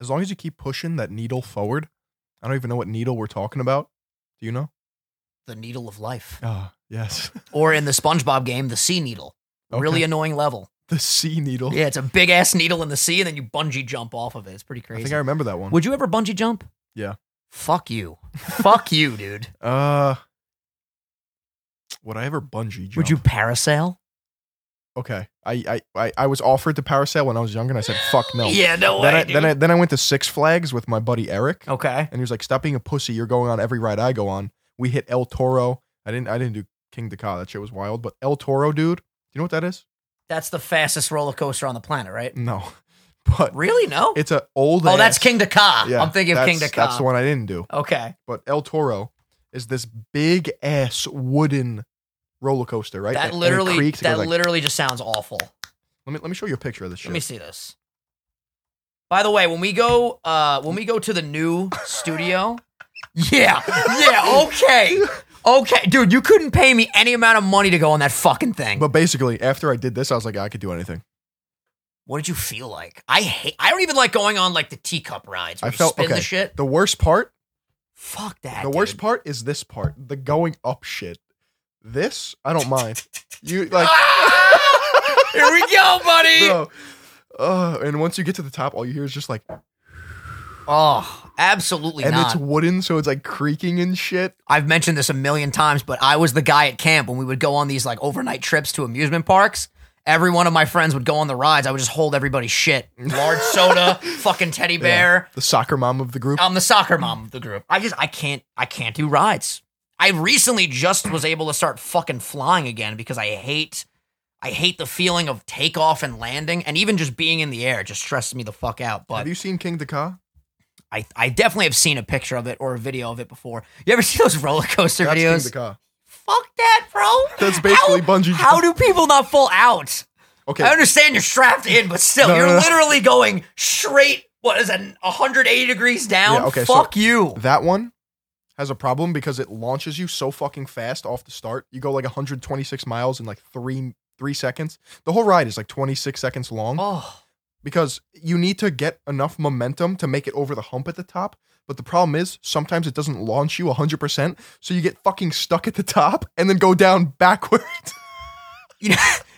[SPEAKER 2] as long as you keep pushing that needle forward. I don't even know what needle we're talking about. Do you know?
[SPEAKER 1] The needle of life.
[SPEAKER 2] Ah, yes.
[SPEAKER 1] Or in the SpongeBob game, the sea needle. Really
[SPEAKER 2] Okay.
[SPEAKER 1] annoying level.
[SPEAKER 2] the C needle.
[SPEAKER 1] Yeah, it's a big ass needle in the sea, and then you bungee jump off of it. It's pretty
[SPEAKER 2] I
[SPEAKER 1] crazy.
[SPEAKER 2] think I remember that one.
[SPEAKER 1] Would you ever bungee jump?
[SPEAKER 2] Yeah.
[SPEAKER 1] Fuck you. Fuck you, dude.
[SPEAKER 2] uh, would I ever bungee jump?
[SPEAKER 1] Would you parasail?
[SPEAKER 2] Okay, I I I, I was offered to parasail when I was younger, and I said fuck no.
[SPEAKER 1] Yeah, no
[SPEAKER 2] Then
[SPEAKER 1] way.
[SPEAKER 2] I,
[SPEAKER 1] dude.
[SPEAKER 2] then I then I went to Six Flags with my buddy Eric,
[SPEAKER 1] okay.
[SPEAKER 2] and he was like, "Stop being a pussy. You're going on every ride I go on." We hit El Toro. I didn't I didn't do King Dakar. That shit was wild. But El Toro, dude, do you know what that is?
[SPEAKER 1] That's the fastest roller coaster on the planet, right?
[SPEAKER 2] No, but
[SPEAKER 1] Really? No?
[SPEAKER 2] it's an old.
[SPEAKER 1] oh, that's
[SPEAKER 2] ass-
[SPEAKER 1] King Dakar.
[SPEAKER 2] Yeah,
[SPEAKER 1] I'm thinking of
[SPEAKER 2] that's-
[SPEAKER 1] King Dakar.
[SPEAKER 2] That's the one I didn't do.
[SPEAKER 1] Okay.
[SPEAKER 2] But El Toro is this big ass wooden roller coaster, right?
[SPEAKER 1] That
[SPEAKER 2] And- and it
[SPEAKER 1] literally
[SPEAKER 2] creaks, it
[SPEAKER 1] that
[SPEAKER 2] goes like-
[SPEAKER 1] literally just sounds awful.
[SPEAKER 2] let me let me show you a picture of this shit.
[SPEAKER 1] Let me see this. By the way, when we go uh when we go to the new studio, yeah. Yeah, okay. Okay, dude, you couldn't pay me any amount of money to go on that fucking thing.
[SPEAKER 2] But basically, after I did this, I was like, I could do anything.
[SPEAKER 1] what did you feel like? I hate I don't even like going on like the teacup rides where
[SPEAKER 2] I
[SPEAKER 1] you
[SPEAKER 2] felt-
[SPEAKER 1] spin
[SPEAKER 2] okay.
[SPEAKER 1] the shit.
[SPEAKER 2] The worst part
[SPEAKER 1] Fuck that.
[SPEAKER 2] The worst
[SPEAKER 1] dude.
[SPEAKER 2] part is this part, the going up shit. This I don't mind. You like,
[SPEAKER 1] Ah! Here we go, buddy.
[SPEAKER 2] bro. Uh, and once you get to the top, all you hear is just like,
[SPEAKER 1] Oh, absolutely
[SPEAKER 2] and
[SPEAKER 1] not.
[SPEAKER 2] it's wooden, so it's like creaking and shit.
[SPEAKER 1] I've mentioned this a million times, but I was the guy at camp when we would go on these like overnight trips to amusement parks. Every one of my friends would go on the rides. I would just hold everybody's shit. Large soda, fucking teddy bear.
[SPEAKER 2] The soccer mom of the group.
[SPEAKER 1] I'm the soccer mom of the group. I just I can't I can't do rides. I recently just was able to start fucking flying again because I hate I hate the feeling of takeoff and landing and even just being in the air just stresses me the fuck out. But
[SPEAKER 2] Have you seen King Dakar?
[SPEAKER 1] I, I definitely have seen a picture of it or a video of it before. You ever see those roller coaster
[SPEAKER 2] That's
[SPEAKER 1] videos?
[SPEAKER 2] King Dakar.
[SPEAKER 1] Fuck that, bro.
[SPEAKER 2] That's basically
[SPEAKER 1] how,
[SPEAKER 2] bungee.
[SPEAKER 1] How do people not fall out?
[SPEAKER 2] okay,
[SPEAKER 1] I understand you're strapped in, but still,
[SPEAKER 2] No, no,
[SPEAKER 1] you're
[SPEAKER 2] no.
[SPEAKER 1] literally going straight. What is that? 180 degrees down.
[SPEAKER 2] Yeah, okay, so-
[SPEAKER 1] Fuck you.
[SPEAKER 2] that one has a problem because it launches you so fucking fast off the start. You go like 126 miles in like three three seconds. The whole ride is like 26 seconds long.
[SPEAKER 1] Oh,
[SPEAKER 2] because you need to get enough momentum to make it over the hump at the top. But the problem is sometimes it doesn't launch you 100%. So you get fucking stuck at the top and then go down backward.
[SPEAKER 1] you know,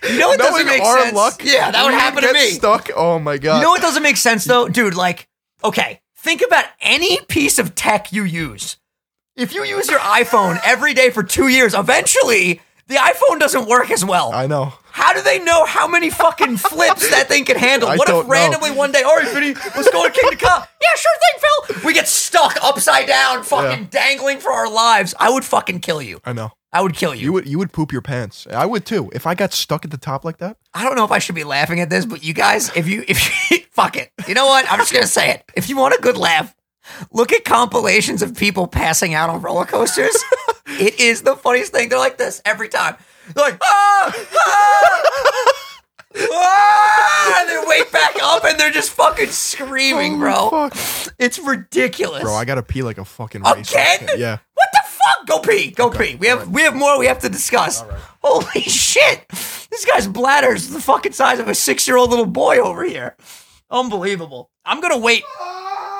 [SPEAKER 1] you know what doesn't
[SPEAKER 2] Knowing
[SPEAKER 1] make
[SPEAKER 2] our
[SPEAKER 1] sense?
[SPEAKER 2] luck,
[SPEAKER 1] yeah, that would
[SPEAKER 2] we
[SPEAKER 1] happen to
[SPEAKER 2] get
[SPEAKER 1] me.
[SPEAKER 2] stuck. Oh my God.
[SPEAKER 1] You know what doesn't make sense though, dude? Like, okay, think about any piece of tech you use. If you use your iPhone every day for two years, eventually The iPhone doesn't work as well.
[SPEAKER 2] I know.
[SPEAKER 1] How do they know how many fucking flips that thing can handle?
[SPEAKER 2] I
[SPEAKER 1] what
[SPEAKER 2] don't
[SPEAKER 1] if
[SPEAKER 2] know.
[SPEAKER 1] randomly one day, all right, Vinny, let's go to King to Cup. Yeah, sure thing, Phil. We get stuck upside down, fucking dangling for our lives. I would fucking kill you.
[SPEAKER 2] I know.
[SPEAKER 1] I would kill you.
[SPEAKER 2] You would you would poop your pants. I would too. If I got stuck at the top like that,
[SPEAKER 1] I don't know if I should be laughing at this, but you guys, if you, if you, fuck it. You know what? I'm just going to say it. If you want a good laugh, look at compilations of people passing out on roller coasters. it is the funniest thing. They're like this every time. They're like, ah, ah, ah, and they wake back up and they're just fucking screaming, bro.
[SPEAKER 2] Holy fuck.
[SPEAKER 1] It's ridiculous.
[SPEAKER 2] bro, I gotta pee like a fucking
[SPEAKER 1] Again?
[SPEAKER 2] racist. Yeah.
[SPEAKER 1] What the fuck? Go pee. Go pee. We have we have more we have to discuss. Holy shit. This guy's bladder is the fucking size of a six year old little boy over here. Unbelievable. I'm gonna wait.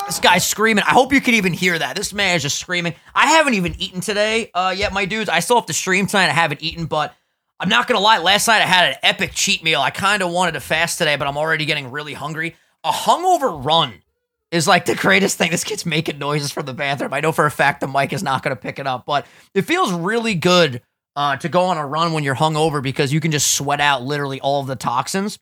[SPEAKER 1] This guy's screaming. I hope you can even hear that. This man is just screaming. I haven't even eaten today uh, yet, my dudes. I still have to stream tonight. I haven't eaten, but I'm not gonna lie. Last night I had an epic cheat meal. I kind of wanted to fast today, but I'm already getting really hungry. A hungover run is like the greatest thing. This kid's making noises from the bathroom. I know for a fact the mic is not going to pick it up, but it feels really good uh, to go on a run when you're hungover because you can just sweat out literally all of the toxins.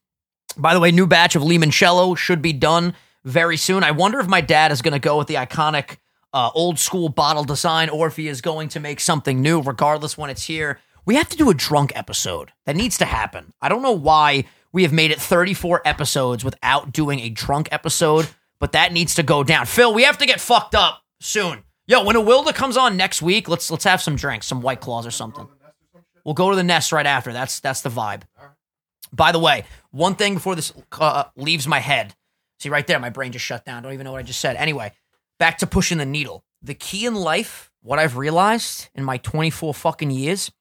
[SPEAKER 1] By the way, new batch of limoncello should be done very soon. I wonder if my dad is going to go with the iconic uh, old school bottle design or if he is going to make something new, regardless when it's here. We have to do a drunk episode. That needs to happen. I don't know why we have made it 34 episodes without doing a drunk episode, but that needs to go down. Phil, we have to get fucked up soon. Yo, when a Wilda comes on next week, let's let's have some drinks, some white claws or something. We'll go to the nest right after. That's that's the vibe. By the way, one thing before this uh, leaves my head. See right there, my brain just shut down. Don't even know what I just said. Anyway, back to pushing the needle. The key in life, what I've realized in my 24 fucking years,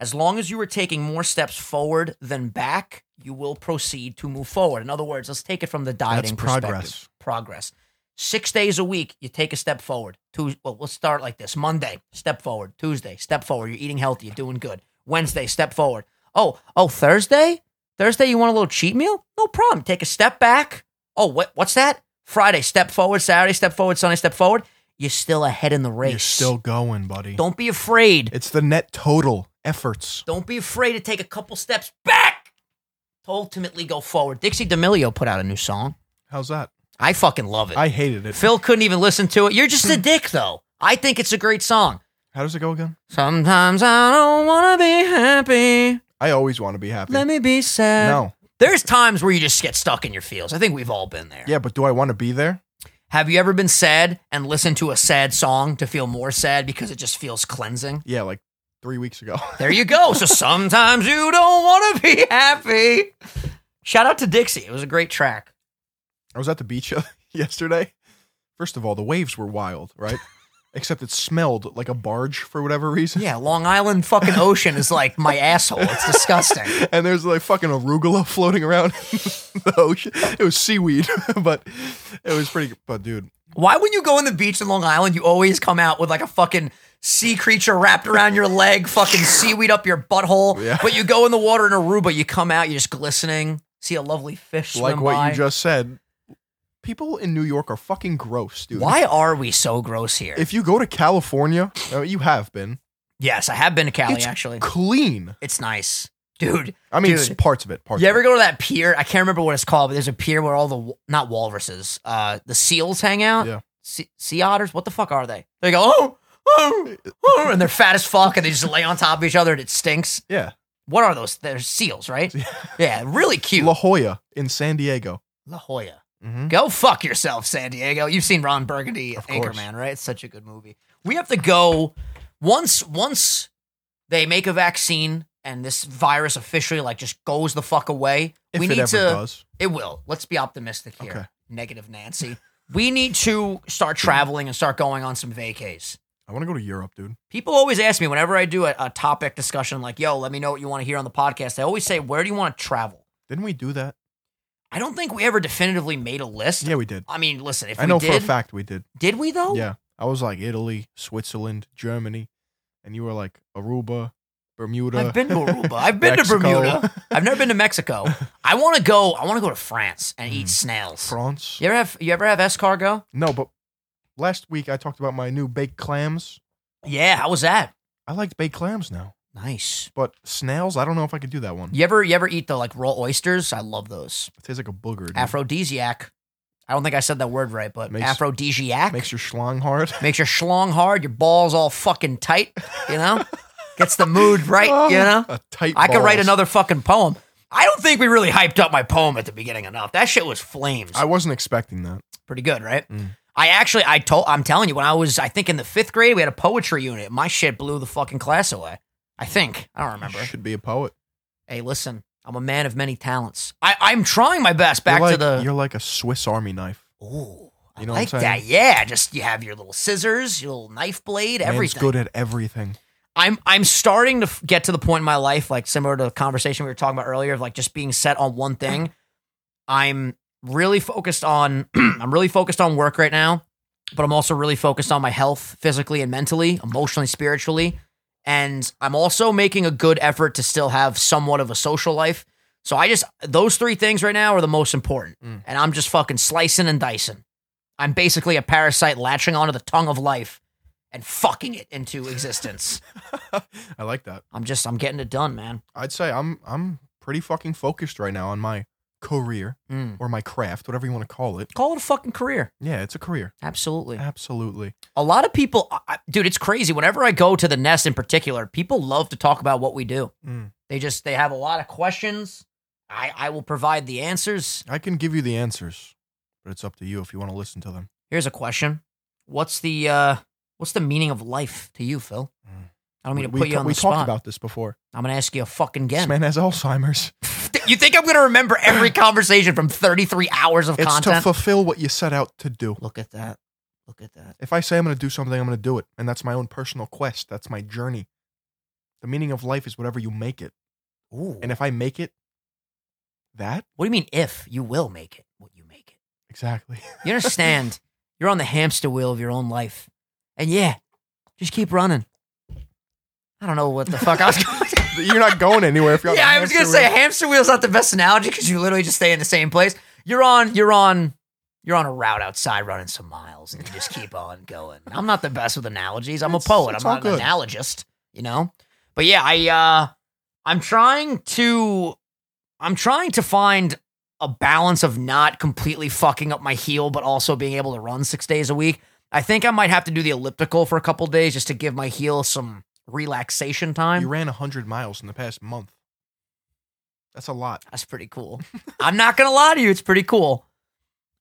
[SPEAKER 1] as long as you are taking more steps forward than back, you will proceed to move forward. In other words, let's take it from the dieting perspective.
[SPEAKER 2] progress.
[SPEAKER 1] Progress. Six days a week, you take a step forward. Tuesday, well, we'll start like this: Monday, step forward. Tuesday, step forward. You're eating healthy. You're doing good. Wednesday, step forward. Oh, oh, Thursday, Thursday, you want a little cheat meal? No problem. Take a step back. Oh, what? What's that? Friday, step forward. Saturday, step forward. Sunday, step forward. You're still ahead in the race.
[SPEAKER 2] You're still going, buddy.
[SPEAKER 1] Don't be afraid.
[SPEAKER 2] It's the net total efforts.
[SPEAKER 1] Don't be afraid to take a couple steps back to ultimately go forward. Dixie D'Amelio put out a new song.
[SPEAKER 2] How's that?
[SPEAKER 1] I fucking love it.
[SPEAKER 2] I hated it.
[SPEAKER 1] Phil couldn't even listen to it. You're just a dick, though. I think it's a great song.
[SPEAKER 2] How does it go again?
[SPEAKER 1] Sometimes I don't want to be happy.
[SPEAKER 2] I always want to be happy.
[SPEAKER 1] Let me be sad.
[SPEAKER 2] no.
[SPEAKER 1] There's times where you just get stuck in your feels. I think we've all been there.
[SPEAKER 2] Yeah, but do I want to be there?
[SPEAKER 1] Have you ever been sad and listened to a sad song to feel more sad because it just feels cleansing?
[SPEAKER 2] Yeah, like three weeks ago.
[SPEAKER 1] There you go. So sometimes you don't want to be happy. Shout out to Dixie. It was a great track.
[SPEAKER 2] I was at the beach yesterday. First of all, the waves were wild, right? Except it smelled like a barge for whatever reason.
[SPEAKER 1] Yeah, Long Island fucking ocean is like my asshole. It's disgusting.
[SPEAKER 2] And there's like fucking arugula floating around in the ocean. It was seaweed, but it was pretty. But dude,
[SPEAKER 1] Why when you go on the beach in Long Island, you always come out with like a fucking sea creature wrapped around your leg, fucking seaweed up your butthole.
[SPEAKER 2] Yeah.
[SPEAKER 1] But you go in the water in Aruba, you come out, you're just glistening, see a lovely fish swim
[SPEAKER 2] like what
[SPEAKER 1] by.
[SPEAKER 2] you just said, people in New York are fucking gross, dude.
[SPEAKER 1] Why are we so gross here?
[SPEAKER 2] If you go to California, uh, you have been
[SPEAKER 1] yes, I have been to Cali
[SPEAKER 2] It's
[SPEAKER 1] actually.
[SPEAKER 2] clean.
[SPEAKER 1] It's nice. Dude,
[SPEAKER 2] I mean,
[SPEAKER 1] Dude.
[SPEAKER 2] s- parts of it. Parts.
[SPEAKER 1] You
[SPEAKER 2] of
[SPEAKER 1] ever
[SPEAKER 2] it.
[SPEAKER 1] go to that pier? I can't remember what it's called, but there's a pier where all the wa- not walruses, uh, the seals hang out.
[SPEAKER 2] Yeah.
[SPEAKER 1] Sea, sea otters. What the fuck are they? They go oh, oh, oh, and they're fat as fuck, and they just lay on top of each other, and it stinks.
[SPEAKER 2] Yeah,
[SPEAKER 1] What are those? They're seals, right?
[SPEAKER 2] Yeah.
[SPEAKER 1] yeah, really cute.
[SPEAKER 2] La Jolla in San Diego.
[SPEAKER 1] La Jolla.
[SPEAKER 2] Mm-hmm.
[SPEAKER 1] Go fuck yourself, San Diego. You've seen Ron Burgundy,
[SPEAKER 2] Of course.
[SPEAKER 1] Anchorman, right? It's such a good movie. We have to go once once they make a vaccine and this virus officially like just goes the fuck away.
[SPEAKER 2] If
[SPEAKER 1] we
[SPEAKER 2] it
[SPEAKER 1] need
[SPEAKER 2] ever
[SPEAKER 1] to
[SPEAKER 2] does,
[SPEAKER 1] it will. Let's be optimistic here.
[SPEAKER 2] Okay.
[SPEAKER 1] Negative Nancy. We need to start traveling and start going on some vacays.
[SPEAKER 2] I want to go to Europe, dude.
[SPEAKER 1] People always ask me whenever I do a, a topic discussion, like, yo, let me know what you want to hear on the podcast. I always say, where do you want to travel?
[SPEAKER 2] Didn't we do that?
[SPEAKER 1] I don't think we ever definitively made a list.
[SPEAKER 2] Yeah, we did.
[SPEAKER 1] I mean, listen, if
[SPEAKER 2] I
[SPEAKER 1] we
[SPEAKER 2] know
[SPEAKER 1] did, Oh.
[SPEAKER 2] for a fact we did.
[SPEAKER 1] did we though?
[SPEAKER 2] Yeah, I was like Italy, Switzerland, Germany, and you were like Aruba, Bermuda.
[SPEAKER 1] I've been to Aruba. I've been to
[SPEAKER 2] Mexico.
[SPEAKER 1] Bermuda. I've never been to Mexico. I want to go. I want to go to France and eat
[SPEAKER 2] Mm.
[SPEAKER 1] snails.
[SPEAKER 2] France.
[SPEAKER 1] You ever have? You ever have escargot?
[SPEAKER 2] No, but last week I talked about my new baked clams.
[SPEAKER 1] Yeah. How was that?
[SPEAKER 2] I like baked clams now.
[SPEAKER 1] Nice.
[SPEAKER 2] But snails, I don't know if I could do that one.
[SPEAKER 1] You ever you ever eat the like raw oysters? I love those.
[SPEAKER 2] It tastes like a booger. dude.
[SPEAKER 1] Mm-hmm. Aphrodisiac. I don't think I said that word right, but
[SPEAKER 2] Makes-
[SPEAKER 1] aphrodisiac
[SPEAKER 2] Makes your schlong hard.
[SPEAKER 1] makes your schlong hard, your balls all fucking tight, you know? Gets the mood right, you know?
[SPEAKER 2] A tight.
[SPEAKER 1] I could write
[SPEAKER 2] Oh, balls.
[SPEAKER 1] another fucking poem. I don't think we really hyped up my poem at the beginning enough. That shit was flames.
[SPEAKER 2] I wasn't expecting that.
[SPEAKER 1] Pretty good, right?
[SPEAKER 2] Mm.
[SPEAKER 1] I actually, I told, I'm telling you, when I was, I think in the fifth grade, we had a poetry unit. My shit blew the fucking class away. I think. I don't remember.
[SPEAKER 2] You should be a poet.
[SPEAKER 1] Hey, listen, I'm a man of many talents. I, I'm trying my best back
[SPEAKER 2] you're like,
[SPEAKER 1] to the.
[SPEAKER 2] You're like a Swiss Army knife.
[SPEAKER 1] Ooh, I
[SPEAKER 2] You know what I'm
[SPEAKER 1] like that. Yeah, just you have your little scissors, your little knife blade,
[SPEAKER 2] Man's
[SPEAKER 1] everything.
[SPEAKER 2] good at everything.
[SPEAKER 1] I'm I'm starting to f- get to the point in my life, like similar to the conversation we were talking about earlier, of like just being set on one thing. I'm really focused on I'm really focused on work right now, but I'm also really focused on my health physically and mentally, emotionally, spiritually, and I'm also making a good effort to still have somewhat of a social life. So I just those three things right now are the most important,
[SPEAKER 2] Mm.
[SPEAKER 1] and I'm just fucking slicing and dicing. I'm basically a parasite latching onto the tongue of life and fucking it into existence.
[SPEAKER 2] I like that.
[SPEAKER 1] I'm just I'm getting it done, man.
[SPEAKER 2] I'd say I'm I'm pretty fucking focused right now on my career
[SPEAKER 1] Mm.
[SPEAKER 2] or my craft, whatever you want to call it.
[SPEAKER 1] Call it a fucking career.
[SPEAKER 2] Yeah, it's a career.
[SPEAKER 1] Absolutely.
[SPEAKER 2] Absolutely.
[SPEAKER 1] A lot of people, I, I- dude, it's crazy. Whenever I go to the nest in particular, people love to talk about what we do.
[SPEAKER 2] Mm.
[SPEAKER 1] They just they have a lot of questions. I I will provide the answers.
[SPEAKER 2] I can give you the answers, but it's up to you if you want to listen to them.
[SPEAKER 1] Here's a question: What's the uh what's the meaning of life to you, Phil?
[SPEAKER 2] Mm.
[SPEAKER 1] I don't mean to
[SPEAKER 2] we
[SPEAKER 1] put
[SPEAKER 2] we
[SPEAKER 1] you on
[SPEAKER 2] we
[SPEAKER 1] the
[SPEAKER 2] talked
[SPEAKER 1] spot.
[SPEAKER 2] about this before.
[SPEAKER 1] I'm gonna ask you a fucking
[SPEAKER 2] This
[SPEAKER 1] again.
[SPEAKER 2] man has Alzheimer's.
[SPEAKER 1] you think I'm gonna remember every conversation from 33 hours of
[SPEAKER 2] It's to
[SPEAKER 1] content?
[SPEAKER 2] fulfill what you set out to do.
[SPEAKER 1] Look at that. Look at that.
[SPEAKER 2] If I say I'm going to do something, I'm going to do it, and that's my own personal quest. That's my journey. The meaning of life is whatever you make it,
[SPEAKER 1] Ooh.
[SPEAKER 2] and if I make it, that
[SPEAKER 1] what do you mean if you will make it? What you make it?
[SPEAKER 2] exactly.
[SPEAKER 1] You understand? You're on the hamster wheel of your own life. And yeah, just keep running. I don't know what the fuck I was going to
[SPEAKER 2] You're not going anywhere if you're. on
[SPEAKER 1] Yeah,
[SPEAKER 2] the
[SPEAKER 1] I was going to
[SPEAKER 2] hamster
[SPEAKER 1] say a
[SPEAKER 2] wheel.
[SPEAKER 1] hamster wheel's not the best analogy cuz you literally just stay in the same place. You're on you're on you're on a route outside running some miles and you just keep on going. I'm not the best with analogies. I'm
[SPEAKER 2] It's-
[SPEAKER 1] a poet. I'm
[SPEAKER 2] it's all
[SPEAKER 1] not an
[SPEAKER 2] good.
[SPEAKER 1] analogist, you know? But yeah, I uh I'm trying to I'm trying to find a balance of not completely fucking up my heel, but also being able to run six days a week. I think I might have to do the elliptical for a couple days just to give my heel some relaxation
[SPEAKER 2] you
[SPEAKER 1] time.
[SPEAKER 2] ran hundred miles in the past month. That's a lot.
[SPEAKER 1] That's pretty cool. I'm not gonna lie to you, it's pretty cool.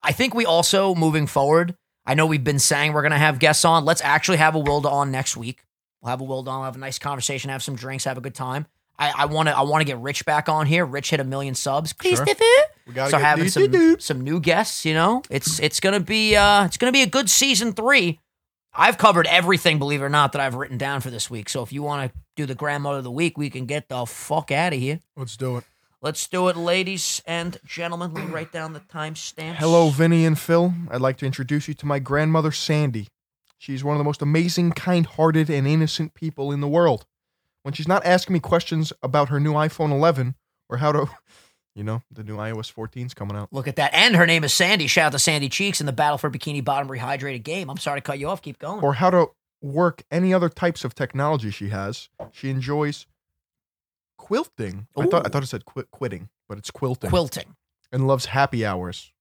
[SPEAKER 1] I think we also moving forward. I know we've been saying we're gonna have guests on. Let's actually have a Wilda on next week. We'll have a Wilda on. We'll have a nice conversation. Have some drinks. Have a good time. I, I want to. I want to get Rich back on here. Rich hit a million subs. Christopher.
[SPEAKER 2] We got to
[SPEAKER 1] so
[SPEAKER 2] get
[SPEAKER 1] having
[SPEAKER 2] these-
[SPEAKER 1] some some new guests, you know, it's it's gonna be uh it's gonna be a good season three. I've covered everything, believe it or not, that I've written down for this week. So if you want to do the grandmother of the week, we can get the fuck out of here.
[SPEAKER 2] Let's do it.
[SPEAKER 1] Let's do it, ladies and gentlemen. Let me write down the timestamps.
[SPEAKER 2] Hello, Vinny and Phil. I'd like to introduce you to my grandmother, Sandy. She's one of the most amazing, kind hearted, and innocent people in the world. When she's not asking me questions about her new iPhone 11 or how to, you know, the new iOS 14's coming out.
[SPEAKER 1] Look at that. And her name is Sandy. Shout out to Sandy Cheeks in the Battle for Bikini Bottom Rehydrated game. I'm sorry to cut you off. Keep going.
[SPEAKER 2] or how to work any other types of technology she has. She enjoys quilting. I thought I
[SPEAKER 1] Ooh.
[SPEAKER 2] thought it said qui- quitting, but it's quilting.
[SPEAKER 1] Quilting.
[SPEAKER 2] and loves happy hours.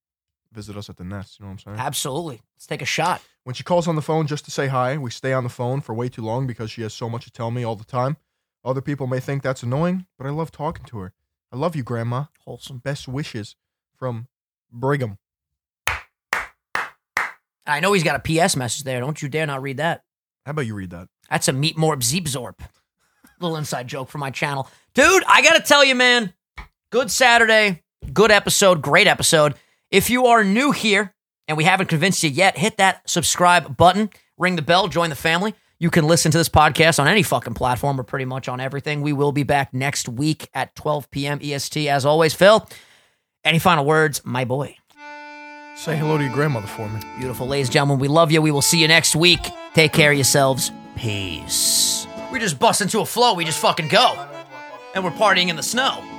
[SPEAKER 2] Visit us at the nest. You know what I'm saying?
[SPEAKER 1] Absolutely. Let's take a shot.
[SPEAKER 2] When she calls on the phone just to say hi, we stay on the phone for way too long because she has so much to tell me all the time. Other people may think that's annoying, but I love talking to her. I love you, Grandma.
[SPEAKER 1] Wholesome.
[SPEAKER 2] Best wishes from Brigham.
[SPEAKER 1] I know he's got a PS message there. Don't you dare not read that.
[SPEAKER 2] How about you read that?
[SPEAKER 1] That's a meat morb zeebzorp. Little inside joke for my channel. Dude, I gotta tell you, man, good Saturday, good episode, great episode. If you are new here and we haven't convinced you yet, hit that subscribe button, ring the bell, join the family. You can listen to this podcast on any fucking platform or pretty much on everything. We will be back next week at 12 p.m. EST. E As always, Phil, any final words, my boy?
[SPEAKER 2] Say hello to your grandmother for me.
[SPEAKER 1] Beautiful, ladies and gentlemen, we love you. We will see you next week. Take care of yourselves. Peace. We just bust into a flow. We just fucking go. And we're partying in the snow.